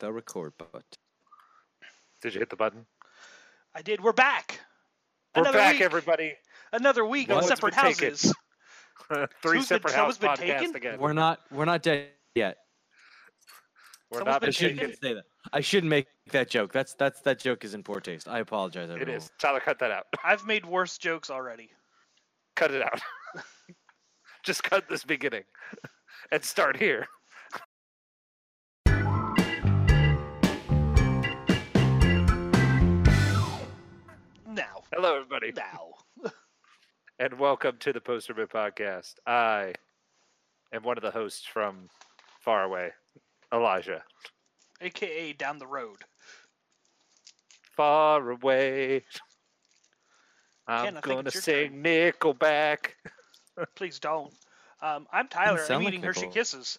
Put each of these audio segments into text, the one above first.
The record button. Did you hit the button? I did. We're back. We're Another back, week. everybody. Another week No on one's separate been taken. houses. Three Who's been- separate house someone's been podcasts taken? again. We're not. We're not dead yet. We're someone's not been I been taken. shouldn't taken. say that. I shouldn't make that joke. That's that's that joke is in poor taste. I apologize. It Everyone. is. Tyler, cut that out. I've made worse jokes already. Cut it out. Just cut this beginning and start here. Now. Hello, everybody, Now. and welcome to the Poster Bit Podcast. I am one of the hosts from far away, Elijah. AKA down the road. Far away. I'm Ken, I think gonna it's your sing Nickelback. Please don't. Um, I'm Tyler. I'm sound like eating Hershey Nicole. Kisses.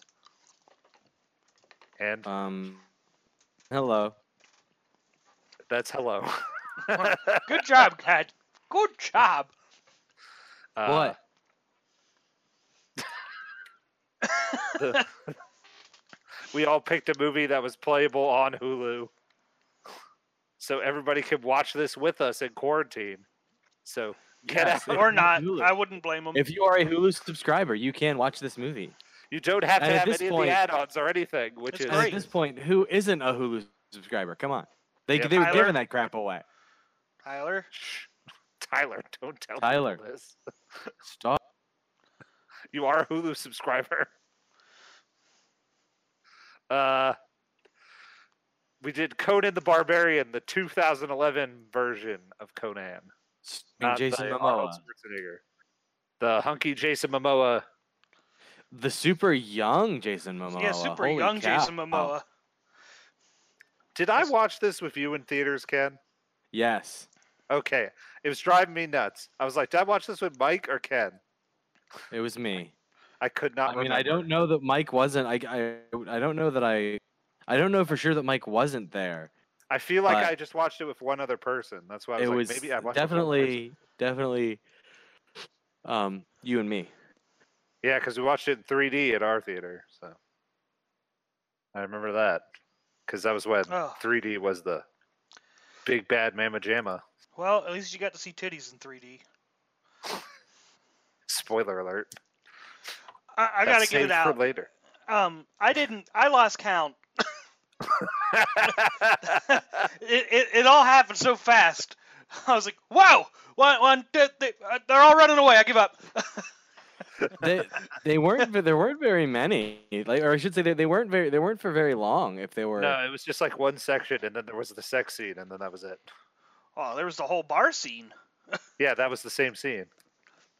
And Um. Hello. that's hello. Good job, Cat. Good job. Uh, what? we all picked a movie that was playable on Hulu. So everybody could watch this with us in quarantine. So get Yes, out. if Or you not. do it- I wouldn't blame um, them. If you are a Hulu subscriber, you can watch this movie. You don't have to and at have this any of point- the add ons or anything, which That's is And great. at this point, who isn't a Hulu subscriber? Come on. They Yeah, they were Tyler. giving that crap away. Tyler. Tyler, don't tell people Tyler. this. Stop. You are a Hulu subscriber. Uh, we did Conan the Barbarian, the 2011 version of Conan. starring Jason the Momoa, Arnold Schwarzenegger. The hunky Jason Momoa. the super young Jason Momoa. yeah, super Oh, Holy young cow. Jason Momoa. Did I Yes. watch this with you in theaters, Ken? Yes. Okay. It was driving me nuts. I was like, did I watch this with Mike or Ken? It was me. I could not I mean, I remember. don't know that Mike wasn't. I, I I don't know that I I don't know for sure that Mike wasn't there. I feel like but- I just watched it with one other person. That's why I was it like, was maybe I watched it with one person. definitely definitely um you and me. Yeah, because we watched it in 3D at our theater. So I remember that. Because that was when Oh. 3D was the big bad Mama Jamma. Well, at least you got to see titties in 3D. Spoiler alert. I, I That's gotta get saved it for out. later. Um, I didn't. I lost count. it, it, it all happened so fast. I was like, "Wow, one, one, two, three, uh, they're all running away. I give up." They they weren't ve- there weren't very many. Like or I should say they, they weren't very they weren't for very long if they were No, it was just like one section, and then there was the sex scene, and then that was it. Oh, there was the whole bar scene. Yeah, that was the same scene.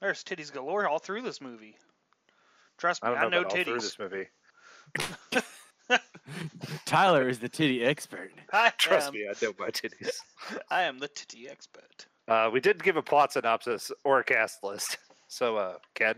There's titties galore all through this movie. Trust me, I don't I, know know about all through titties. this movie. Tyler is the titty expert. I Trust am, me, I know my titties. I am the titty expert. uh, we didn't give a plot synopsis or a cast list, so uh, Ken,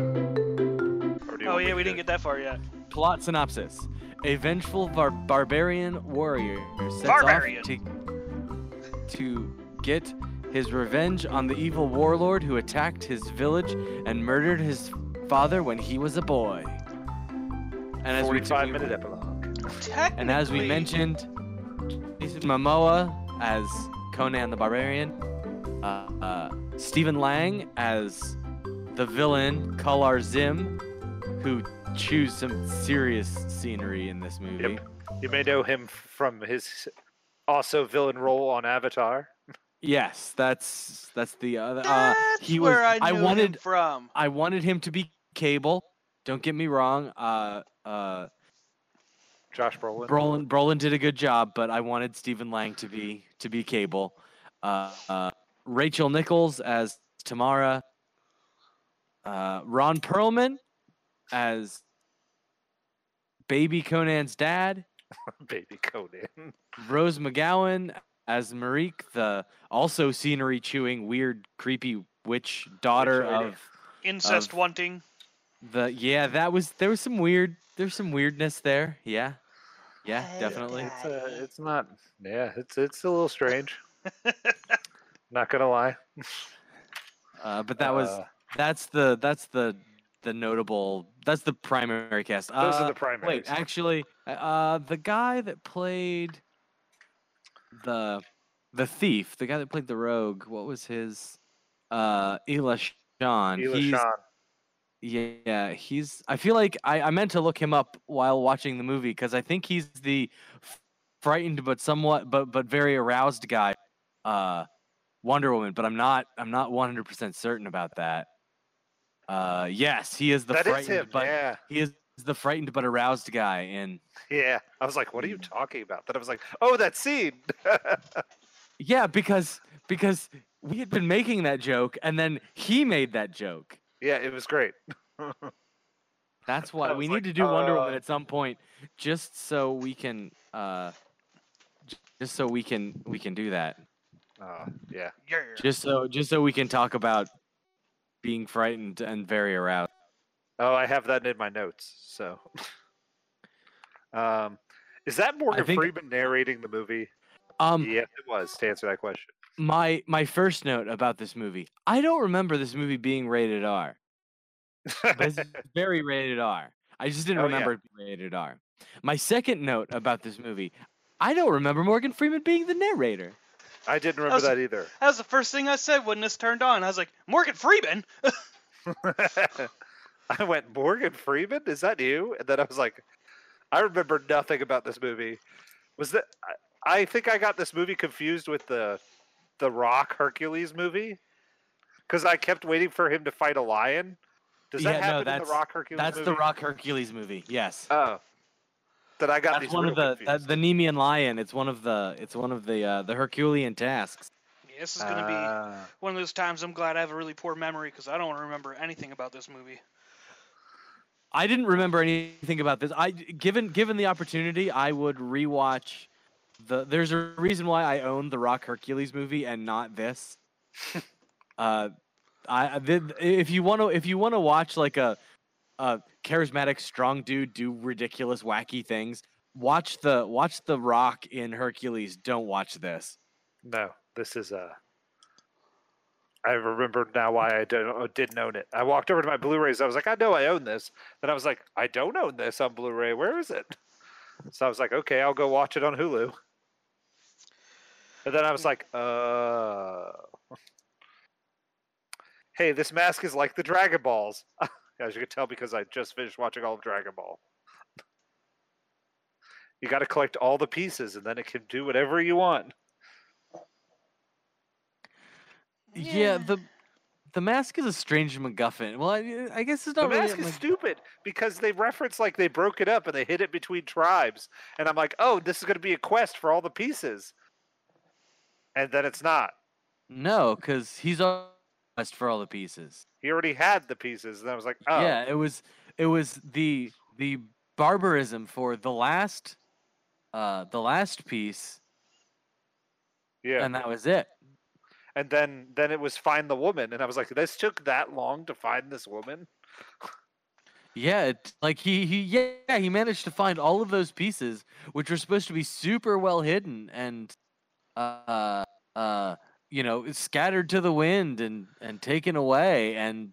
Or do you Oh want me yeah, to we do didn't it? get that far yet. Plot synopsis. A vengeful bar- barbarian warrior sets Barbarian. off to, to get his revenge on the evil warlord who attacked his village and murdered his father when he was a boy. And as we, forty-five we- minute epilogue. Technically, and as we mentioned, Jason Momoa as Conan the Barbarian, uh, uh, Stephen Lang as the villain Kalar Zim, who chews some serious scenery in this movie. You may know him from his also villain role on Avatar. Yes, that's that's the other. Uh, that's he was. where I, knew him wanted. from. I wanted him to be Cable. Don't get me wrong. Uh, uh, Josh Brolin. Brolin Brolin did a good job, but I wanted Stephen Lang to be to be Cable. Uh, uh, Rachel Nichols as Tamara. Uh, Ron Perlman as Baby Conan's dad. baby Conan. Rose McGowan as Marique, the also scenery chewing, weird, creepy witch daughter lady. of Incest Um, of- wanting. the. Yeah, that was there was some weird. There's some weirdness there. Yeah, yeah, Hey, definitely. Dad. It's, uh, it's not. Yeah, it's it's a little strange. not gonna lie. Uh, but that was Uh, That's the that's the the notable. That's the primary cast. Those Uh, are the primaries. Wait, actually, uh, the guy that played the the thief, the guy that played the rogue, what was his? Uh, Elishan. Elishon. Yeah, he's. I feel like I, I meant to look him up while watching the movie because I think he's the f- frightened but somewhat but but very aroused guy, uh, Wonder Woman. But I'm not. I'm not 100 percent certain about that. Uh, yes, he is the That frightened is him. but yeah, he is the frightened but aroused guy in yeah. I was like, "What are you Mm. talking about?" Then I was like, "Oh, that scene." Yeah, because because we had been making that joke and then he made that joke. yeah, it was great. That's I why we was need like, to do Wonder Woman uh, at some point, just so we can, uh, j- just so we can we can do that. Oh, yeah. Yeah. Just so just so we can talk about being frightened and very aroused. Oh, I have that in my notes. So, um, is that Morgan think- Freeman narrating the movie? Um, yes, it was. To answer that question, my my first note about this movie, I don't remember this movie being rated R. but it's very rated R. I just didn't Oh, yeah. remember it being rated R. My second note about this movie, I don't remember Morgan Freeman being the narrator. I didn't remember was- that either. That was the first thing I said when this turned on. I was like, Morgan Freeman? I went, Morgan Freeman? Is that you? And then I was like, I remember nothing about this movie. Was that? I- I think I got this movie confused with the the Rock Hercules movie because I kept waiting for him to fight a lion. Does that Yeah, no, happen in that's- the Rock Hercules? That's movie? the Rock Hercules movie. Yes, Oh, that I got that's these one of real the that, confused. the Nemean lion. It's one of the it's one of the uh, the Herculean tasks. Yeah, this is going to be Ah. one of those times I'm glad I have a really poor memory because I don't remember anything about this movie. I didn't remember anything about this. I given given the opportunity, I would rewatch the there's a reason why I own the Rock Hercules movie and not this. uh I I did if you want to if you want to watch like a a charismatic strong dude do ridiculous wacky things, watch the watch the Rock in Hercules. Don't watch this. No, this is Uh, I remember now why I don't, uh, didn't own it. I walked over to my Blu-rays. I was like, I know I own this. Then I was like, I don't own this on Blu-ray. Where is it? So I was like, okay, I'll go watch it on Hulu. And then I was like, uh, hey, this mask is like the Dragon Balls. As you can tell, because I just finished watching all of Dragon Ball. You got to collect all the pieces, and then it can do whatever you want. Yeah, the the mask is a strange MacGuffin. Well, I, I guess it's The not really. mask a is Mac- stupid because they reference like they broke it up and they hid it between tribes, and I'm like, oh, this is going to be a quest for all the pieces, and then it's not. No, because he's on quest for all the pieces. He already had the pieces, and I was like, oh, Yeah, it was it was the the barbarism for the last uh the last piece yeah. and that was it. And then then it was find the woman, and I was like, this took that long to find this woman. Yeah, it, like he he yeah, he managed to find all of those pieces which were supposed to be super well hidden and uh uh you know, scattered to the wind and and taken away and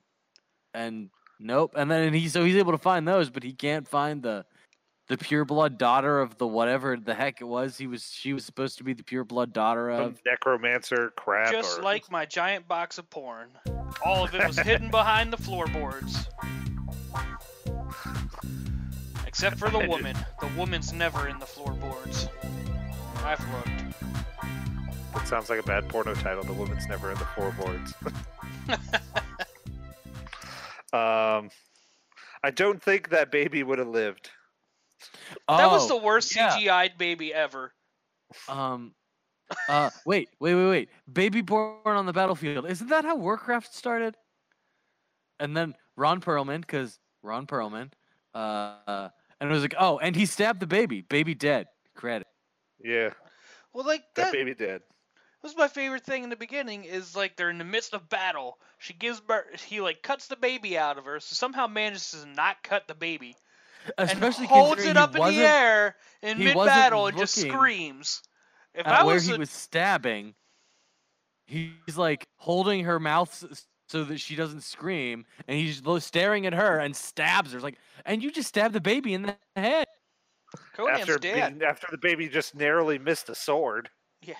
and nope. And then he so he's able to find those, but he can't find the the pure blood daughter of the whatever the heck it was he was she was supposed to be the pure blood daughter of. Some necromancer crab. Just or- like my giant box of porn. All of it was hidden behind the floorboards. Except for the I did- woman. The woman's never in the floorboards. I've looked. That sounds like a bad porno title. The woman's never in the floorboards. um, I don't think that baby would have lived. that was Oh. the worst yeah. CGI'd baby ever. Um, uh, wait, wait, wait, wait. Baby born on the battlefield. Isn't that how Warcraft started? And then Ron Perlman, because Ron Perlman, uh, uh, and it was like, oh, and he stabbed the baby. Baby dead. Credit. Yeah, Well, like that that, baby did. was my favorite thing in the beginning. Is like they're in the midst of battle. She gives birth. He like cuts the baby out of her. So somehow manages to not cut the baby. Especially and holds considering it he up in the wasn't air in he mid wasn't battle and just looking screams. If at I where was, he a- was stabbing. He's like holding her mouth s- so that she doesn't scream. And he's lo- staring at her and stabs her. It's like, and you just stabbed the baby in the head. Conan's after dead. being- after the baby just narrowly missed a sword. Yeah.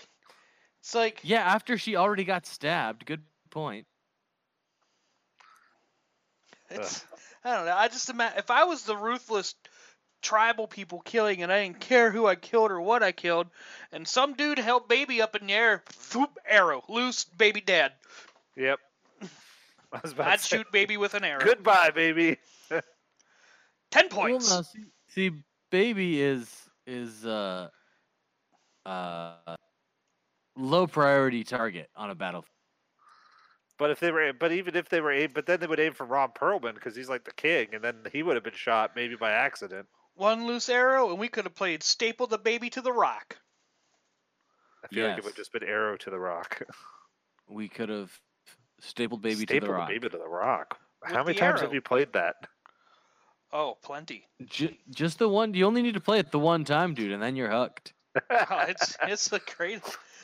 It's like Yeah, after she already got stabbed. Good point. it's I don't know. I just imagine if I was the ruthless tribal people killing and I didn't care who I killed or what I killed, and some dude held baby up in the air, whoop, arrow, loose, baby dead. Yep. I was about I'd to say, shoot baby with an arrow. Goodbye, baby. Ten Well, points. no, see, see, baby is is uh uh low priority target on a battlefield. But if they were, but even if they were, aim, but then they would aim for Ron Perlman because he's like the king, and then he would have been shot maybe by accident. One loose arrow, and we could have played staple the baby to the rock. I feel like it Yes. would have just been arrow to the rock. We could have stapled baby to Staple the rock. baby to the rock. With How many the times arrow. have you played that? Oh, plenty. Ju- just the one. You only need to play it the one time, dude, and then you're hooked. Oh, it's it's a great.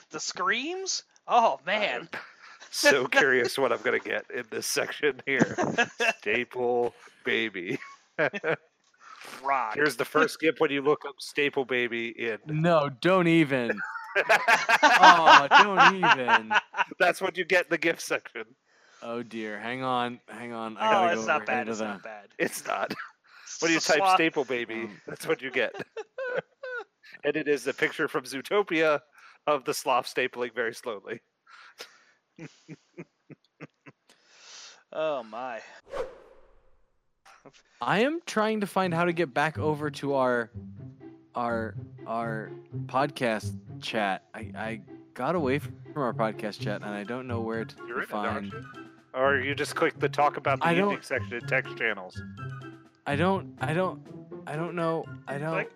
The screams. Oh man. so curious what I'm gonna get in this section here. Staple baby. rock. Here's the first skip when you look up staple baby in. No, don't even. oh, don't even. That's what you get in the gift section. Oh dear. Hang on. Hang on. I Oh, gotta it's go not over bad. here It's to not bad. It's not. It's When you just a type slot. staple baby, Um. that's what you get. and it is the picture from Zootopia of the sloth stapling very slowly. Oh my. the- I am trying to find how to get back over to our our our podcast chat. I I got away from our podcast chat and I don't know where to You're in it, aren't find. you? Or you just click the talk about the I evening don't- section in text channels. I don't I don't I don't know. I don't Click.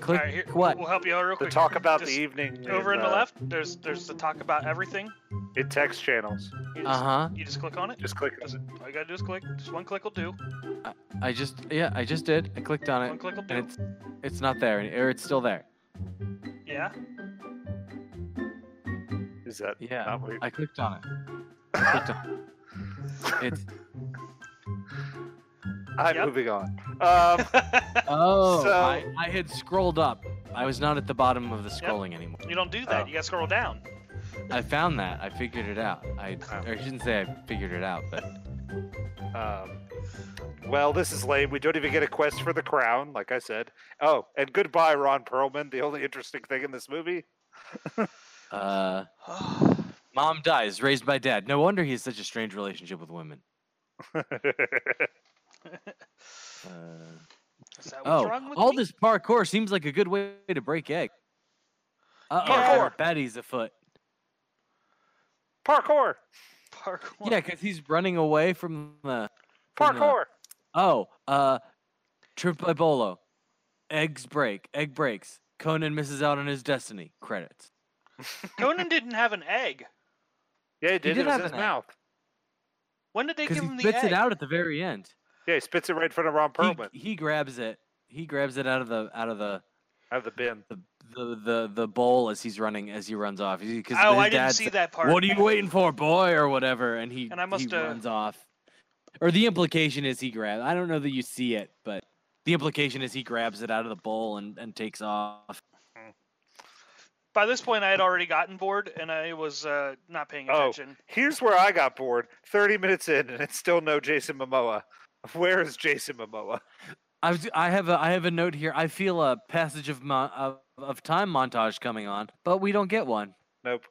Click All right, here, what? We'll help you out real The quick. talk about the Just evening Over in, in the uh, left, there's there's the talk about everything. in text channels. You just, Uh-huh. you just click on it. Just click on Just, all you gotta do is click. Just one click will do. I just yeah, I just did. I clicked on One it click will and do. it's it's not there or it's still there. Yeah. it. Is that Yeah. not where I clicked on it. I clicked on it. It's I'm Yep. moving on. Um, oh, So- I, I had scrolled up. I was not at the bottom of the scrolling anymore. you don't do that. Oh. You gotta scroll down. I found that. I figured it out. I Oh. or I shouldn't say I figured it out, but um, well, this is lame. We don't even get a quest for the crown, like I said. Oh, and goodbye, Ron Perlman. The only interesting thing in this movie. uh, mom dies, raised by dad. No wonder he has such a strange relationship with women. Uh, Is that what's oh, wrong with all me? this parkour seems like a good way to break egg. Uh, Parkour. Betty's afoot. Parkour! Park one. Yeah, because he's running away from the. from the- Parkour! Oh, uh, Triple Bolo. Eggs break. Egg breaks. Conan misses out on his destiny. Credits. Conan didn't have an egg. Yeah, he did. did it was have in his an eye. mouth. When did they Because give he him the spits egg? it out at the very end. Yeah, he spits it right in front of Ron He, Perlman he grabs it. He grabs it out of the out of the out of the bin. the the, the, the bowl as he's running as he runs off. He- 'cause Oh, his I didn't dad see said, that part. What are you waiting for, boy, or whatever? And he And I must, he uh, runs off. Or the implication is he grabs. I don't know that you see it, but the implication is he grabs it out of the bowl and, and takes off. By this point, I had already gotten bored and I was uh, not paying Oh. attention. Here's where I got bored. 30 minutes in, and it's still no Jason Momoa. Where is Jason Momoa? I was, I have a I have a note here. I feel a passage of mon- of, of time montage coming on, but we don't get one. Nope.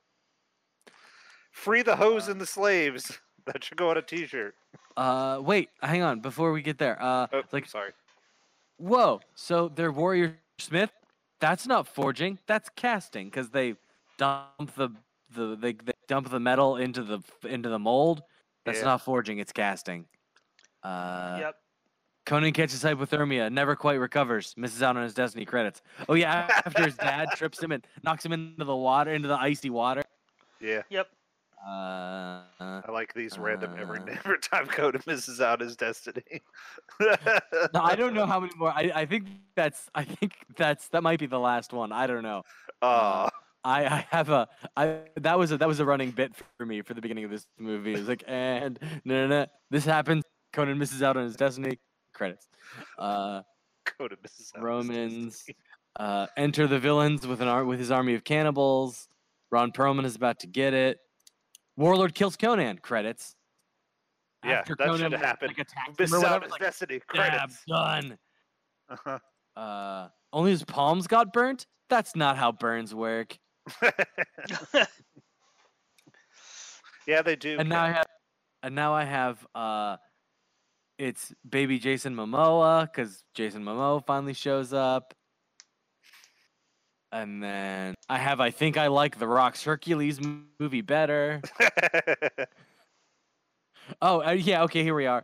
Free the hoes Uh, and the slaves. That should go on a T-shirt. Uh, wait, hang on. Before we get there, uh, Oh, it's like sorry. whoa. So they're warrior smith. That's not forging. That's casting because they dump the the they, they dump the metal into the into the mold. That's Yeah. not forging. It's casting. Uh, yep. Conan catches hypothermia, never quite recovers, misses out on his destiny credits. Oh yeah, after his dad trips him and knocks him into the water, into the icy water. Yeah, Yep. Uh, uh, I like these random every Uh. every time Coda misses out his destiny. no, I don't know how many more. I, I think that's I think that's that might be the last one. I don't know. Aw. I, I have a I that was a that was a running bit for me for the beginning of this movie. It's like and no no no this happens. Conan misses out on his destiny. Credits. Uh, Go to Mrs. Adams. Romans uh, enter the villains with an ar- with his army of cannibals. Ron Perlman is about to get it. Warlord kills Conan. Credits. Yeah, After that should Conan, have happened. Like, attacks him Misses or out on whatever, it's his like, destiny. "Dab, Credits. done. Uh-huh. Uh, only his palms got burnt. That's not how burns work. yeah, they do. And now I yeah. have, and now I have, uh, it's baby Jason Momoa because Jason Momoa finally shows up. And then I have, I think I like The Rock's Hercules m- movie better. Oh, uh, yeah, okay, here we are.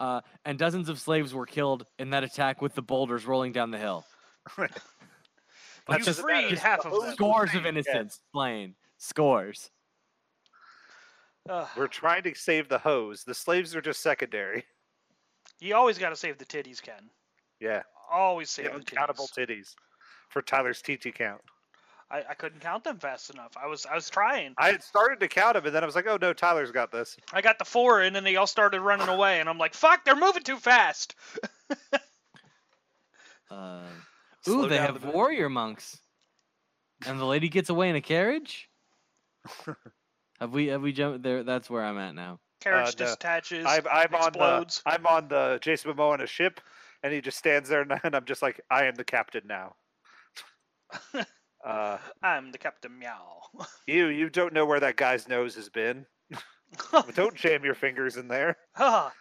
Uh, and dozens of slaves were killed in that attack with the boulders rolling down the hill. That You doesn't matter. freed Just half the of them. whole Scores thing, of yeah. innocents slain. Scores. Ugh. We're trying to save the hose. The slaves are just secondary. you always got to save the titties, Ken. Yeah, Always the save the uncountable titties. titties for Tyler's TT count. I, I couldn't count them fast enough. I was I was trying. I had started to count them, and then I was like, "Oh no, Tyler's got this." I got the four, and then they all started running away, and I'm like, "Fuck! They're moving too fast." Uh, Slow ooh, they down have the boat. warrior monks. And the lady gets away in a carriage? have we, have we jumped there? That's where I'm at now. Carriage Uh, no. detaches. I'm, I'm on the explodes. I'm on the Jason Momoa on a ship, and he just stands there, and, and I'm just like, "I am the captain now." uh, I'm the Captain Meow. you you don't know where that guy's nose has been. don't jam your fingers in there. Ah.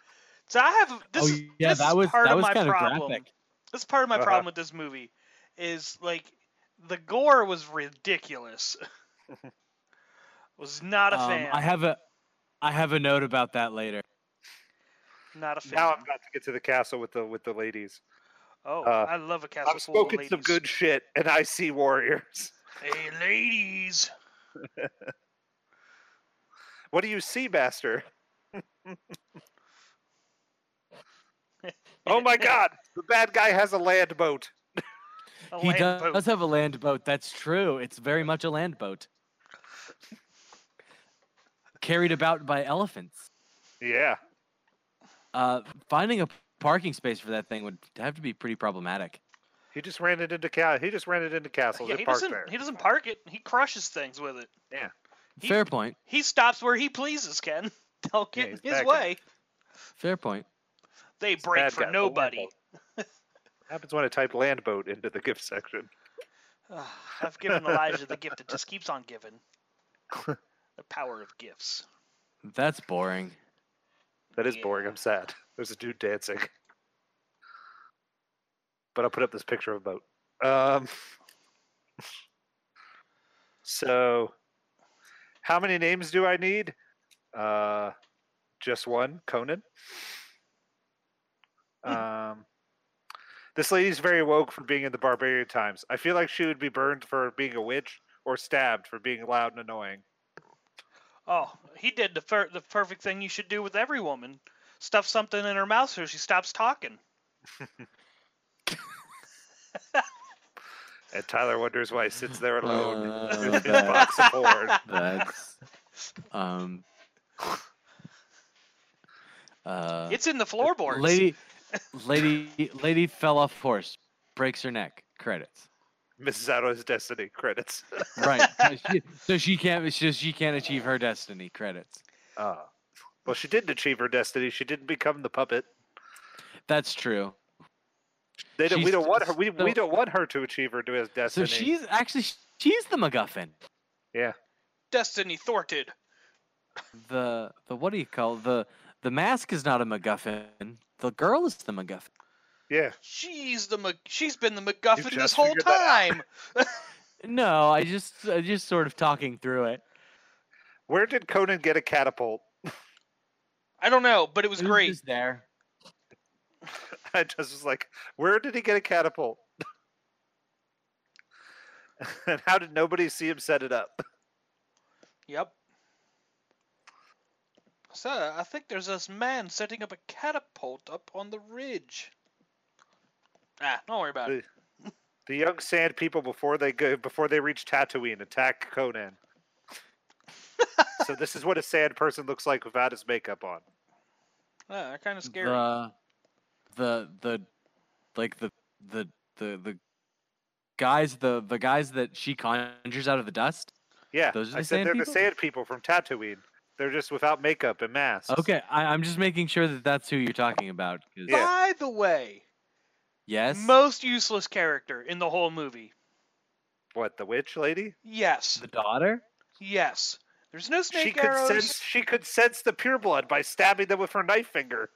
so I have this. oh, is- yeah, this is that was, part that of was my kind of problem. graphic. This is part of my Uh-huh. problem with this movie is like the gore was ridiculous. was not a Um, fan. I have a, I have a note about that later. not a fan. Now I'm about to get to the castle with the with the ladies. oh, uh, I love a castle I've full of spoken ladies. some good shit, and I see warriors. Hey, ladies. What do you see, master? oh my god, the bad guy has a land boat. A He land does, boat. have a land boat. That's true. It's very much a land boat. Carried about by elephants. Yeah. Uh, finding a parking space for that thing would have to be pretty problematic. He just ran it into ca- he just ran it into castles. Yeah, it he parked doesn't. there. He doesn't park it. He crushes things with it. He- Fair point. He stops where he pleases, Ken. They'll Yeah, get he's in that his guy. way. Fair point. They It's break bad for guy, the land nobody. boat. Happens when I type land boat into the gift section. Ugh, Ah, I've given Elijah the gift that just keeps on giving. The power of gifts. That's boring. That is Yeah. boring. I'm sad. There's a dude dancing. But I'll put up this picture of a boat. Um, so, how many names do I need? Uh, just one, Conan. Um, this lady's very woke for being in the barbarian times. I feel like she would be burned for being a witch or stabbed for being loud and annoying. Oh, he did the fir- the perfect thing you should do with every woman: stuff something in her mouth so she stops talking. And Tyler wonders why he sits there alone Uh, with his box of porn. that's um. Uh, It's in the floorboards. lady, lady, lady fell off horse, breaks her neck. Credits. misses out on his destiny credits. Right. so she- so she can't. So she can't achieve her destiny. Credits. Uh, well, she didn't achieve her destiny. She didn't become the puppet. That's true. They don't, we She's don't want her. We, we so- don't want her to achieve her to his So destiny. she's actually she's the MacGuffin. Destiny thwarted. The the what do you call the the mask is not a MacGuffin. The girl is the MacGuffin. yeah. She's the Mac- she's been the MacGuffin this just whole figured that time. No, I just I just sort of talking through it. Where did Conan get a catapult? I don't know, but it was It was great. just there. I just was like, where did he get a catapult? and how did nobody see him set it up? Yep. So I think there's this man setting up a catapult up on the ridge. Ah, don't worry about it. The young sand people before they go before they reach Tatooine attack Conan. so this is what a sand person looks like without his makeup on. Yeah, they're kind of Ah, scary. The, the the like the the the the guys the the guys that she conjures out of the dust. Yeah, Those are I the said sand they're the people? sand people from Tatooine. They're just without makeup and masks. Okay, I, I'm just making sure that that's who you're talking about. 'cause- Yeah. By the way, Yes. most useless character in the whole movie. What the witch lady? Yes, the daughter. yes. There's no She snake could arrows. sense. She could sense the pureblood by stabbing them with her knife finger.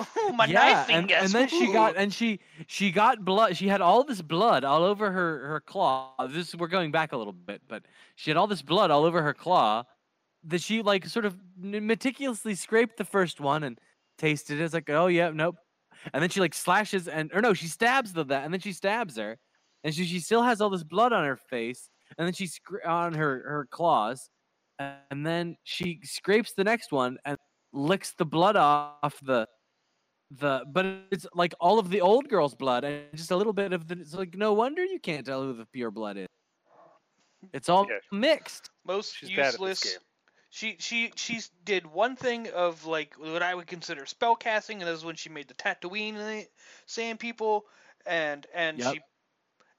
Ooh, Oh, my yeah, knife and, fingers. and then she Ooh. got and she she got blood. She had all this blood all over her her claw. This we're going back a little bit, but she had all this blood all over her claw that she like sort of n- meticulously scraped the first one and tasted it. It's like, oh yeah, nope. And then she like slashes and or no, she stabs the that and then she stabs her, and she she still has all this blood on her face and then she scra- on her her claws, and then she scrapes the next one and licks the blood off the the but it's like all of the old girl's blood and just a little bit of the it's like no wonder you can't tell who the pure blood is it's all Yeah. mixed most She's bad at this useless. game. She she she did one thing of like what I would consider spell casting, and that was when she made the Tatooine la- sand people, and and Yep. she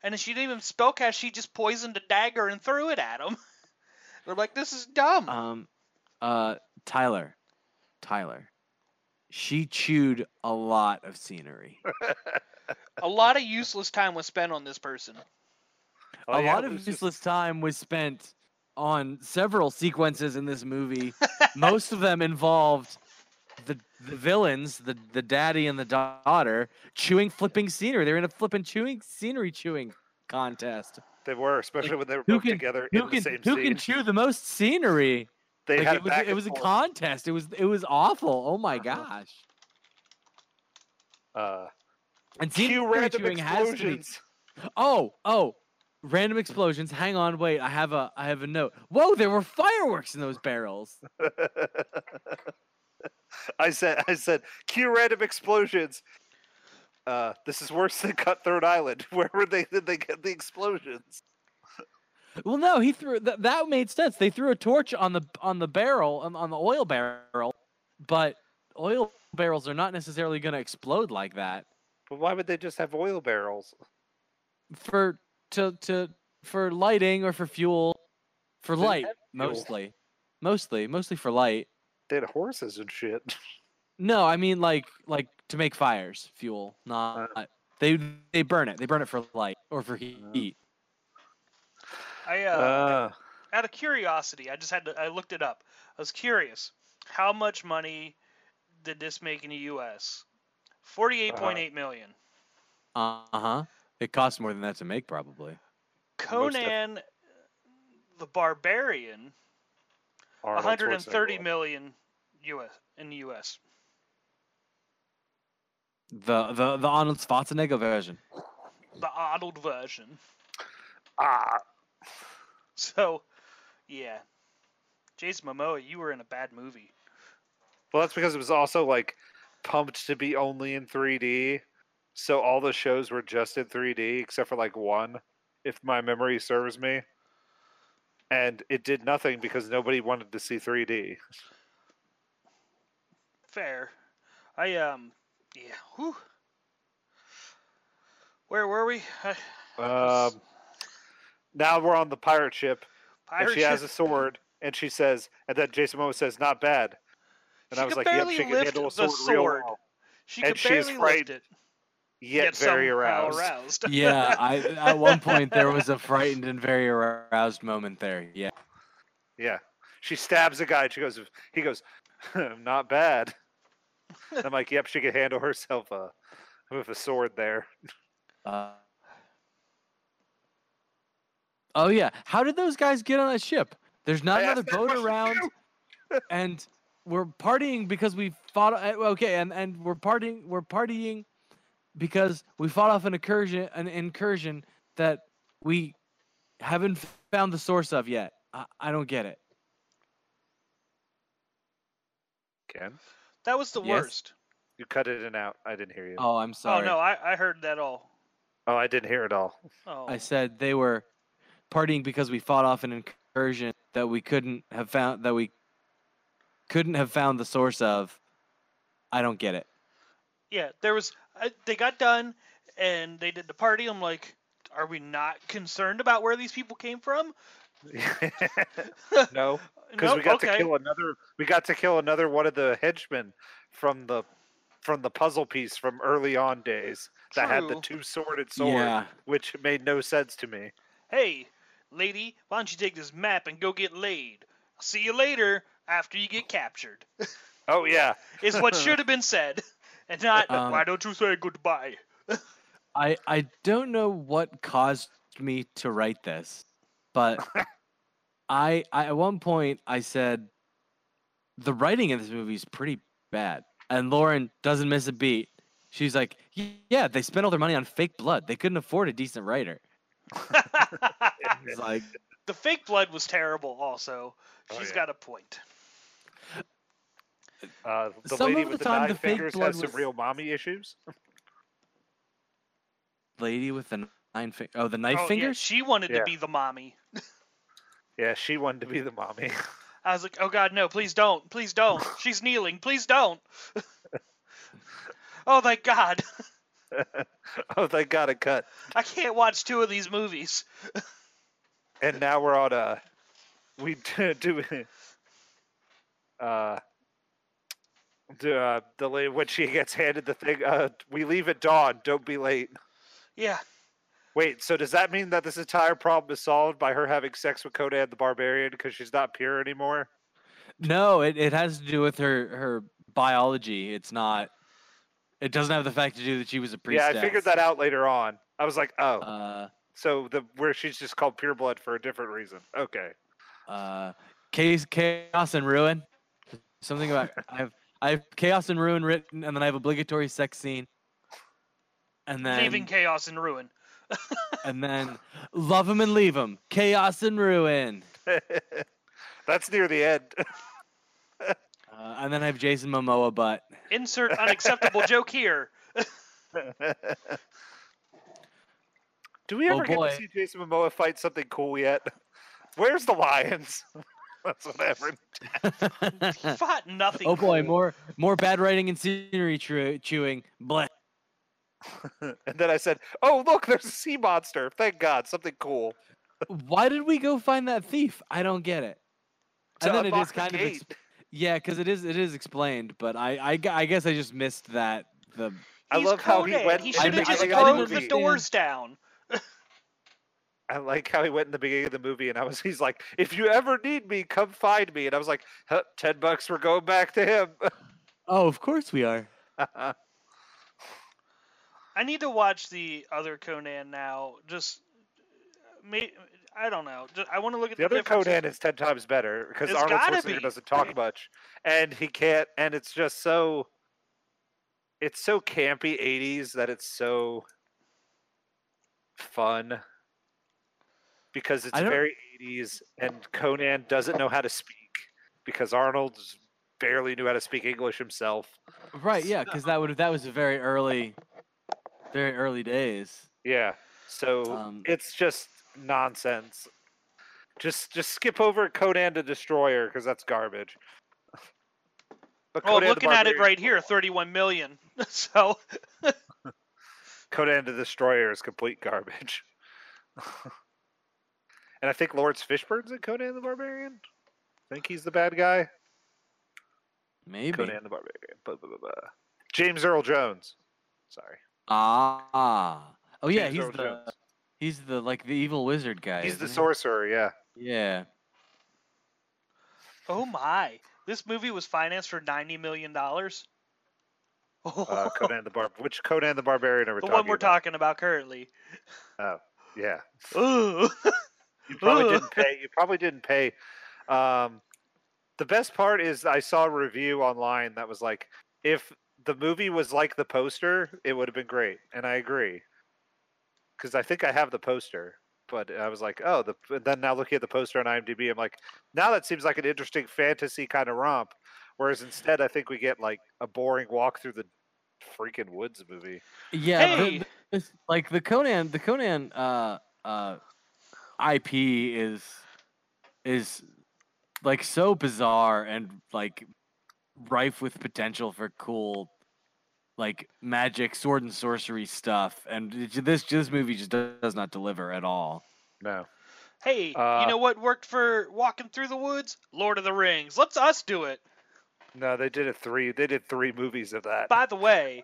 and she didn't even spell cast. She just poisoned a dagger and threw it at him. They're like, this is dumb. um uh tyler tyler she chewed a lot of scenery a lot of useless time was spent on this person. Oh, a yeah, lot of Lucius- useless time was spent on several sequences in this movie most of them involved the, the villains the, the daddy and the daughter chewing flipping scenery they're in a flipping chewing scenery chewing contest They were, especially when they were who both can- together who in can the same who scene. can chew the most scenery? they Like, had it was back it and was a forth. Uh-huh. contest. It was it was awful. Oh my gosh! uh, And cue scenery random chewing has to be. explosions. Oh oh, random explosions. Hang on, wait. I have a I have a note. Whoa, there were fireworks in those barrels. I said, I said, cue random explosions. Uh, this is worse than Cutthroat Island. Where were they? Did they get the explosions? Well, no, he threw th- that made sense. They threw a torch on the on the barrel on, on the oil barrel, but oil barrels are not necessarily going to explode like that. But why would they just have oil barrels? for to to for lighting or for fuel for Didn't light have fuel. mostly mostly mostly for light They had horses and shit. no i mean like like to make fires fuel not Uh. they they burn it they burn it for light or for he- Oh. heat I uh, Uh, out of curiosity, I just had to, I looked it up. I was curious, how much money did this make in the U.S.? Forty-eight point eight million. Uh. uh-huh it costs more than that to make probably most def- Conan the Barbarian, Arnold 130 Schwarzenegger. million U.S. in the U.S. the the the arnold schwarzenegger version The Arnold version. Ah, So, yeah, Jason Momoa, you were in a bad movie. well, that's because it was also like pumped to be only in 3D. So all the shows were just in 3D except for like one, if my memory serves me. And it did nothing because nobody wanted to see 3D. Fair. I um, yeah. Whew. Where were we? Um, now we're on the pirate ship, and Pirate she has ship. a sword, and she says, and then Jason Momoa says, "Not bad." And She I was could like, "Yep, barely she can lift handle a sword, the real sword. well." She and could she is barely lift frightened, it. Yet, yet very somehow aroused. aroused. yeah i at one point there was a frightened and very aroused moment there yeah Yeah, she stabs a guy. And she goes, "He goes, not bad." And I'm like, "Yep, she can handle herself uh, with a sword there." Uh, oh yeah, how did those guys get on that ship? There's not I another asked that boat question around, and we're partying because we fought. uh, Okay, and and we're partying. We're partying because we fought off an incursion, an incursion that we haven't f- found the source of yet. I, I don't get it. Ken, That was the Yes. worst. you cut it in out. I didn't hear you. Oh, I'm sorry. Oh no, I, I heard that all. Oh, I didn't hear it all. Oh, I said they were partying because we fought off an incursion that we couldn't have found that we couldn't have found the source of. I don't get it. yeah. There was. I, they got done and they did the party. I'm like, are we not concerned about where these people came from? no, because No, we got okay. to kill another. We got to kill another one of the henchmen from the from the puzzle piece from early on days that had the True. two sworded sword, Yeah. which made no sense to me. Hey, lady, why don't you take this map and go get laid? I'll see you later after you get captured. Oh yeah, Is what should have been said, and not Um, why don't you say goodbye? I I don't know what caused me to write this, but I, I at one point I said the writing in this movie is pretty bad, and Lauren doesn't miss a beat. She's like, "Y- "Yeah, they spent all their money on fake blood. They couldn't afford a decent writer." It's like, the fake blood was terrible. Also, Oh, she's yeah. got a point. uh, the Some lady of with the the, time nine the fake fingers blood has some was- real mommy issues. lady with the nine finger. Oh, the knife oh, Yeah, fingers. she wanted Yeah. to be the mommy. Yeah, she wanted to be the mommy. I was like, oh god, no, please don't, please don't. She's kneeling, please don't. oh thank God, oh, they got a cut, I can't watch two of these movies. and now we're on a. We do. do uh, do, uh, the la- when she gets handed the thing, uh, we leave at dawn. Don't be late. Yeah, Wait, so does that mean that this entire problem is solved by her having sex with Conan the Barbarian because she's not pure anymore? No, it, it has to do with her her biology. It's not. It doesn't have the fact to do that she was a yeah, priestess. I figured that out later on. I was like, oh, Uh, so the where she's just called pure blood for a different reason. Okay. uh, chaos, chaos and ruin. Something about I have I have chaos and ruin written, and then I have obligatory sex scene, and then leaving chaos and ruin. and then love him and leave him. Chaos and ruin. That's near the end. Uh, and then I have Jason Momoa butt. Insert unacceptable joke here. Do we Oh, ever get boy. to see Jason Momoa fight something cool yet? Where's the lions? That's what happened. He fought nothing. oh boy, cool. more more bad writing and scenery chew- chewing. Bleh. And then I said, "Oh, look, there's a sea monster! Thank God, something cool." Why did we go find that thief? I don't get it. To and then it unlock is the kind of gate. ex- yeah, because it is it is explained, but I, I gu- I guess I just missed that the I He's love how he Conan. went He in the should have just beginning of the thrown the movie. doors down. I like how he went in the beginning of the movie, and I was he's like, "If you ever need me, come find me." And I was like, huh, 10 bucks, we're going back to him." Oh, of course we are. I need to watch the other Conan now. Just, may, I don't know. Ju- I want to look at the other differences. Conan is ten times better because It's Arnold gotta Schwarzenegger be. doesn't talk much, and he can't, and it's just so. It's so campy '80s that it's so fun because it's don't- very '80s, and Conan doesn't know how to speak because Arnold's barely knew how to speak English himself. Right, yeah, because that would that was a very early, very early days. Yeah. So Um, it's just nonsense. Just just skip over Conan the Destroyer because that's garbage. But Oh, I'm Conan the looking at it Barbarian's right here, cool. 31 million. so, Conan the Destroyer is complete garbage. and I think Lawrence Fishburne's in Conan the Barbarian. I think he's the bad guy. Maybe. Conan the Barbarian. Blah, blah, blah, blah. James Earl Jones. Sorry. Ah. Oh yeah, James he's Earl the Jones. he's the like the evil wizard guy. He's the isn't sorcerer, yeah. he? Yeah. oh my. This movie was financed for $90 million. Uh, Conan the Barb. Which Conan the Barbarian are we the talking one we're about? talking about currently. talking. Yeah. Ooh. You probably Ugh. didn't pay. You probably didn't pay. Um, the best part is I saw a review online that was like, if the movie was like the poster, it would have been great, and I agree. Because I think I have the poster, but I was like, oh, the. and Then now looking at the poster on IMDb, I'm like, now that seems like an interesting fantasy kind of romp. Whereas instead, I think we get like a boring walk through the freaking Woods movie. Yeah, the- hey, the- this- like the Conan, the Conan uh, uh, IP is is like so bizarre and like rife with potential for cool like magic, sword and sorcery stuff. And it ju- this this movie just does, does not deliver at all. No. hey, uh, you know what worked for walking through the woods? Lord of the Rings. Let's us do it. No, they did a three. They did three movies of that. By the way,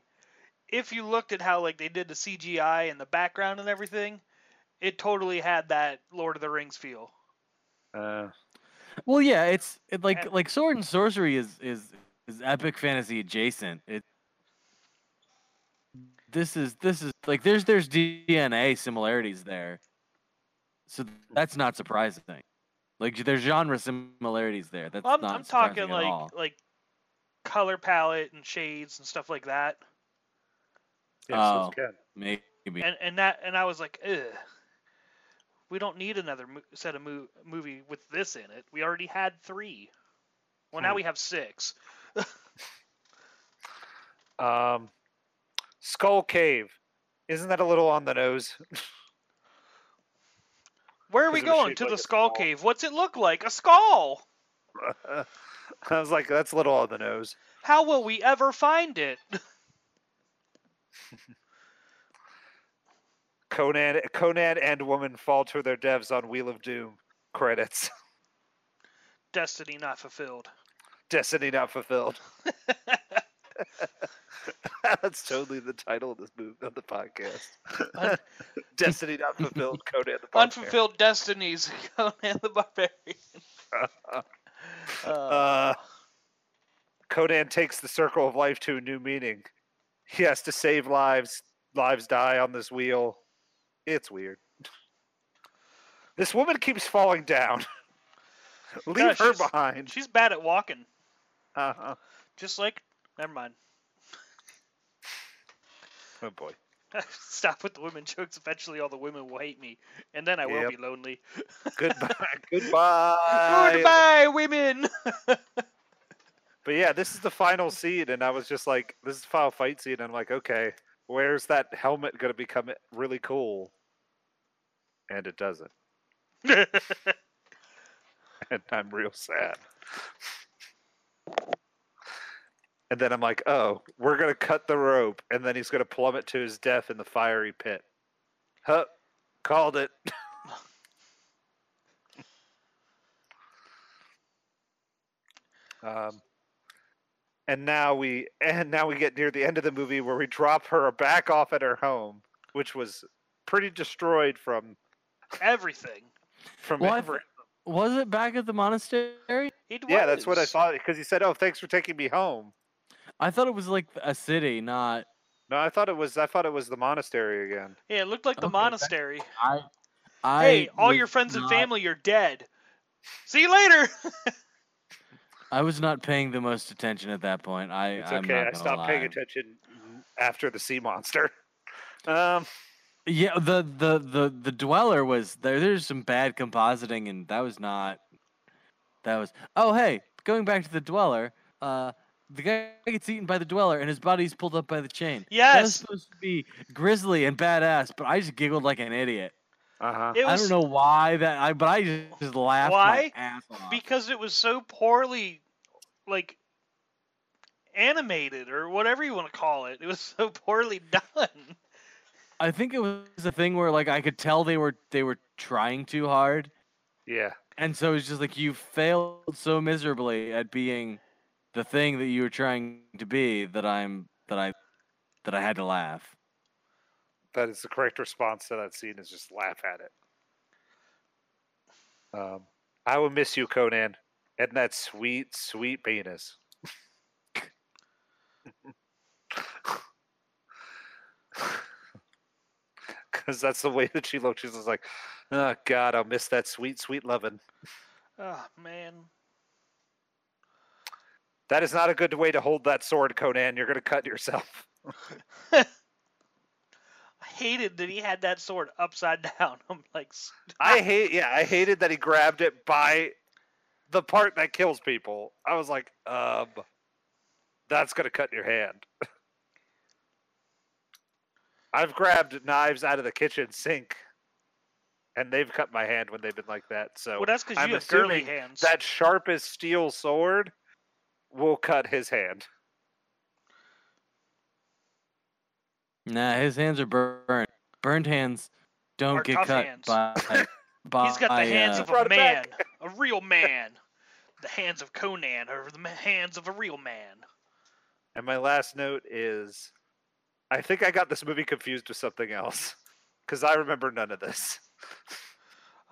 if you looked at how like they did the CGI and the background and everything, it totally had that Lord of the Rings feel. Uh, Well, yeah, it's it, Yeah. like like sword and sorcery is is is epic fantasy adjacent. It this is this is like there's there's DNA similarities there, so that's not surprising. Like there's genre similarities there. That's Well, I'm, not I'm surprising talking at like all. like color palette and shades and stuff like that. yeah, so Oh. it's good. maybe. And and that and I was like, ugh. We don't need another mo- set of mo- movie with this in it. We already had three. Well, now Hmm. we have six. Um, Skull Cave. Isn't that a little on the nose? Where are we 'Cause it was going? shaped To like the a skull skull. cave. What's it look like? A skull. I was like, that's a little on the nose. How will we ever find it? Conan, Conan, and woman fall to their deaths on Wheel of Doom. Credits. Destiny not fulfilled. Destiny not fulfilled. That's totally the title of this movie of the podcast. Un- Destiny not fulfilled. Conan the Barbarian. Unfulfilled destinies. Conan the Barbarian. Uh, Uh, Conan takes the circle of life to a new meaning. He has to save lives. Lives die on this wheel. It's weird. This woman keeps falling down. No, Leave her she's- behind. she's bad at walking. Uh-huh. Just like. Never mind. Oh boy. Stop with the women jokes. Eventually, all the women will hate me, and then I will Yep. be lonely. Goodbye. Goodbye. Goodbye, women. But yeah, this is the final scene, and I was just like, this is the final fight scene. And I'm like, okay, where's that helmet going to become really cool? And it doesn't. and I'm real sad. And then I'm like, oh, we're gonna cut the rope, and then he's gonna plummet to his death in the fiery pit. Huh, called it. um, and now we and now we get near the end of the movie where we drop her back off at her home, which was pretty destroyed from Everything. from Well, I every- Was it back at the monastery? It Yeah, that's what I was. thought because he said, "Oh, thanks for taking me home." I thought it was like a city, not. No, I thought it was. I thought it was the monastery again. Yeah, it looked like the Okay, that- monastery. I. I hey, all was your friends and not- family are dead. See you later. I was not paying the most attention at that point. I. It's I'm okay. not I gonna stopped paying lie. attention after the sea monster. Um, Yeah, the the the the dweller was there. There's some bad compositing, and that was not. That was. Oh, hey, going back to the dweller. Uh, the guy gets eaten by the dweller, and his body's pulled up by the chain. That was yes, supposed to be grisly and badass, but I just giggled like an idiot. uh huh. it I was don't know why that. I but I just, just laughed Why? my ass off. because it was so poorly, like animated or whatever you want to call it. It was so poorly done. I think it was a thing where like I could tell they were they were trying too hard, Yeah. and so it's just like you failed so miserably at being the thing that you were trying to be that I'm that I that I had to laugh. that is the correct response to that scene is just laugh at it. Um, I will miss you, Conan, and that sweet, sweet penis. Because that's the way that she looked. She's just like, oh, God, I'll miss that sweet, sweet lovin'. Oh man. That is not a good way to hold that sword, Conan. You're going to cut yourself. hated that he had that sword upside down. I'm like, s- I hate. Yeah, I hated that he grabbed it by the part that kills people. I was like, um, that's gonna cut your hand. I've grabbed knives out of the kitchen sink, and they've cut my hand when they've been like that. So Well, that's because I'm you have girly assuming hands. that sharpest steel sword will cut his hand. Nah, his hands are burned. Burned hands don't Are get tough cut hands. by. by He's got the hands uh, of Brought a it man, back. a real man. The hands of Conan are the ma- hands of a real man. And my last note is I think I got this movie confused with something else because I remember none of this.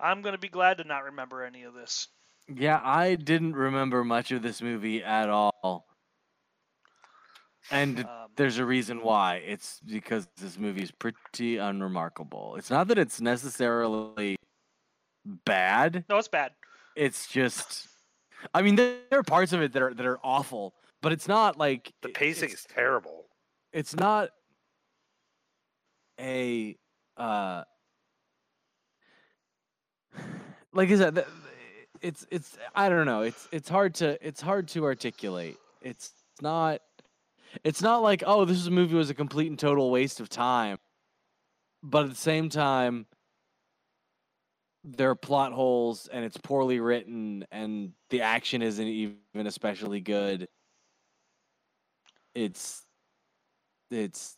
I'm gonna be glad to not remember any of this. Yeah, I didn't remember much of this movie at all. And Um, there's a reason why. It's because this movie is pretty unremarkable. It's not that it's necessarily bad. no, it's bad. It's just I mean there, there are parts of it that are that are awful, but it's not like The i- pacing it's, is terrible. it's not a uh like I said, th- th- it's it's I don't know. It's it's hard to it's hard to articulate. It's not it's not like oh this movie was a complete and total waste of time, but at the same time there are plot holes and it's poorly written and the action isn't even especially good. It's it's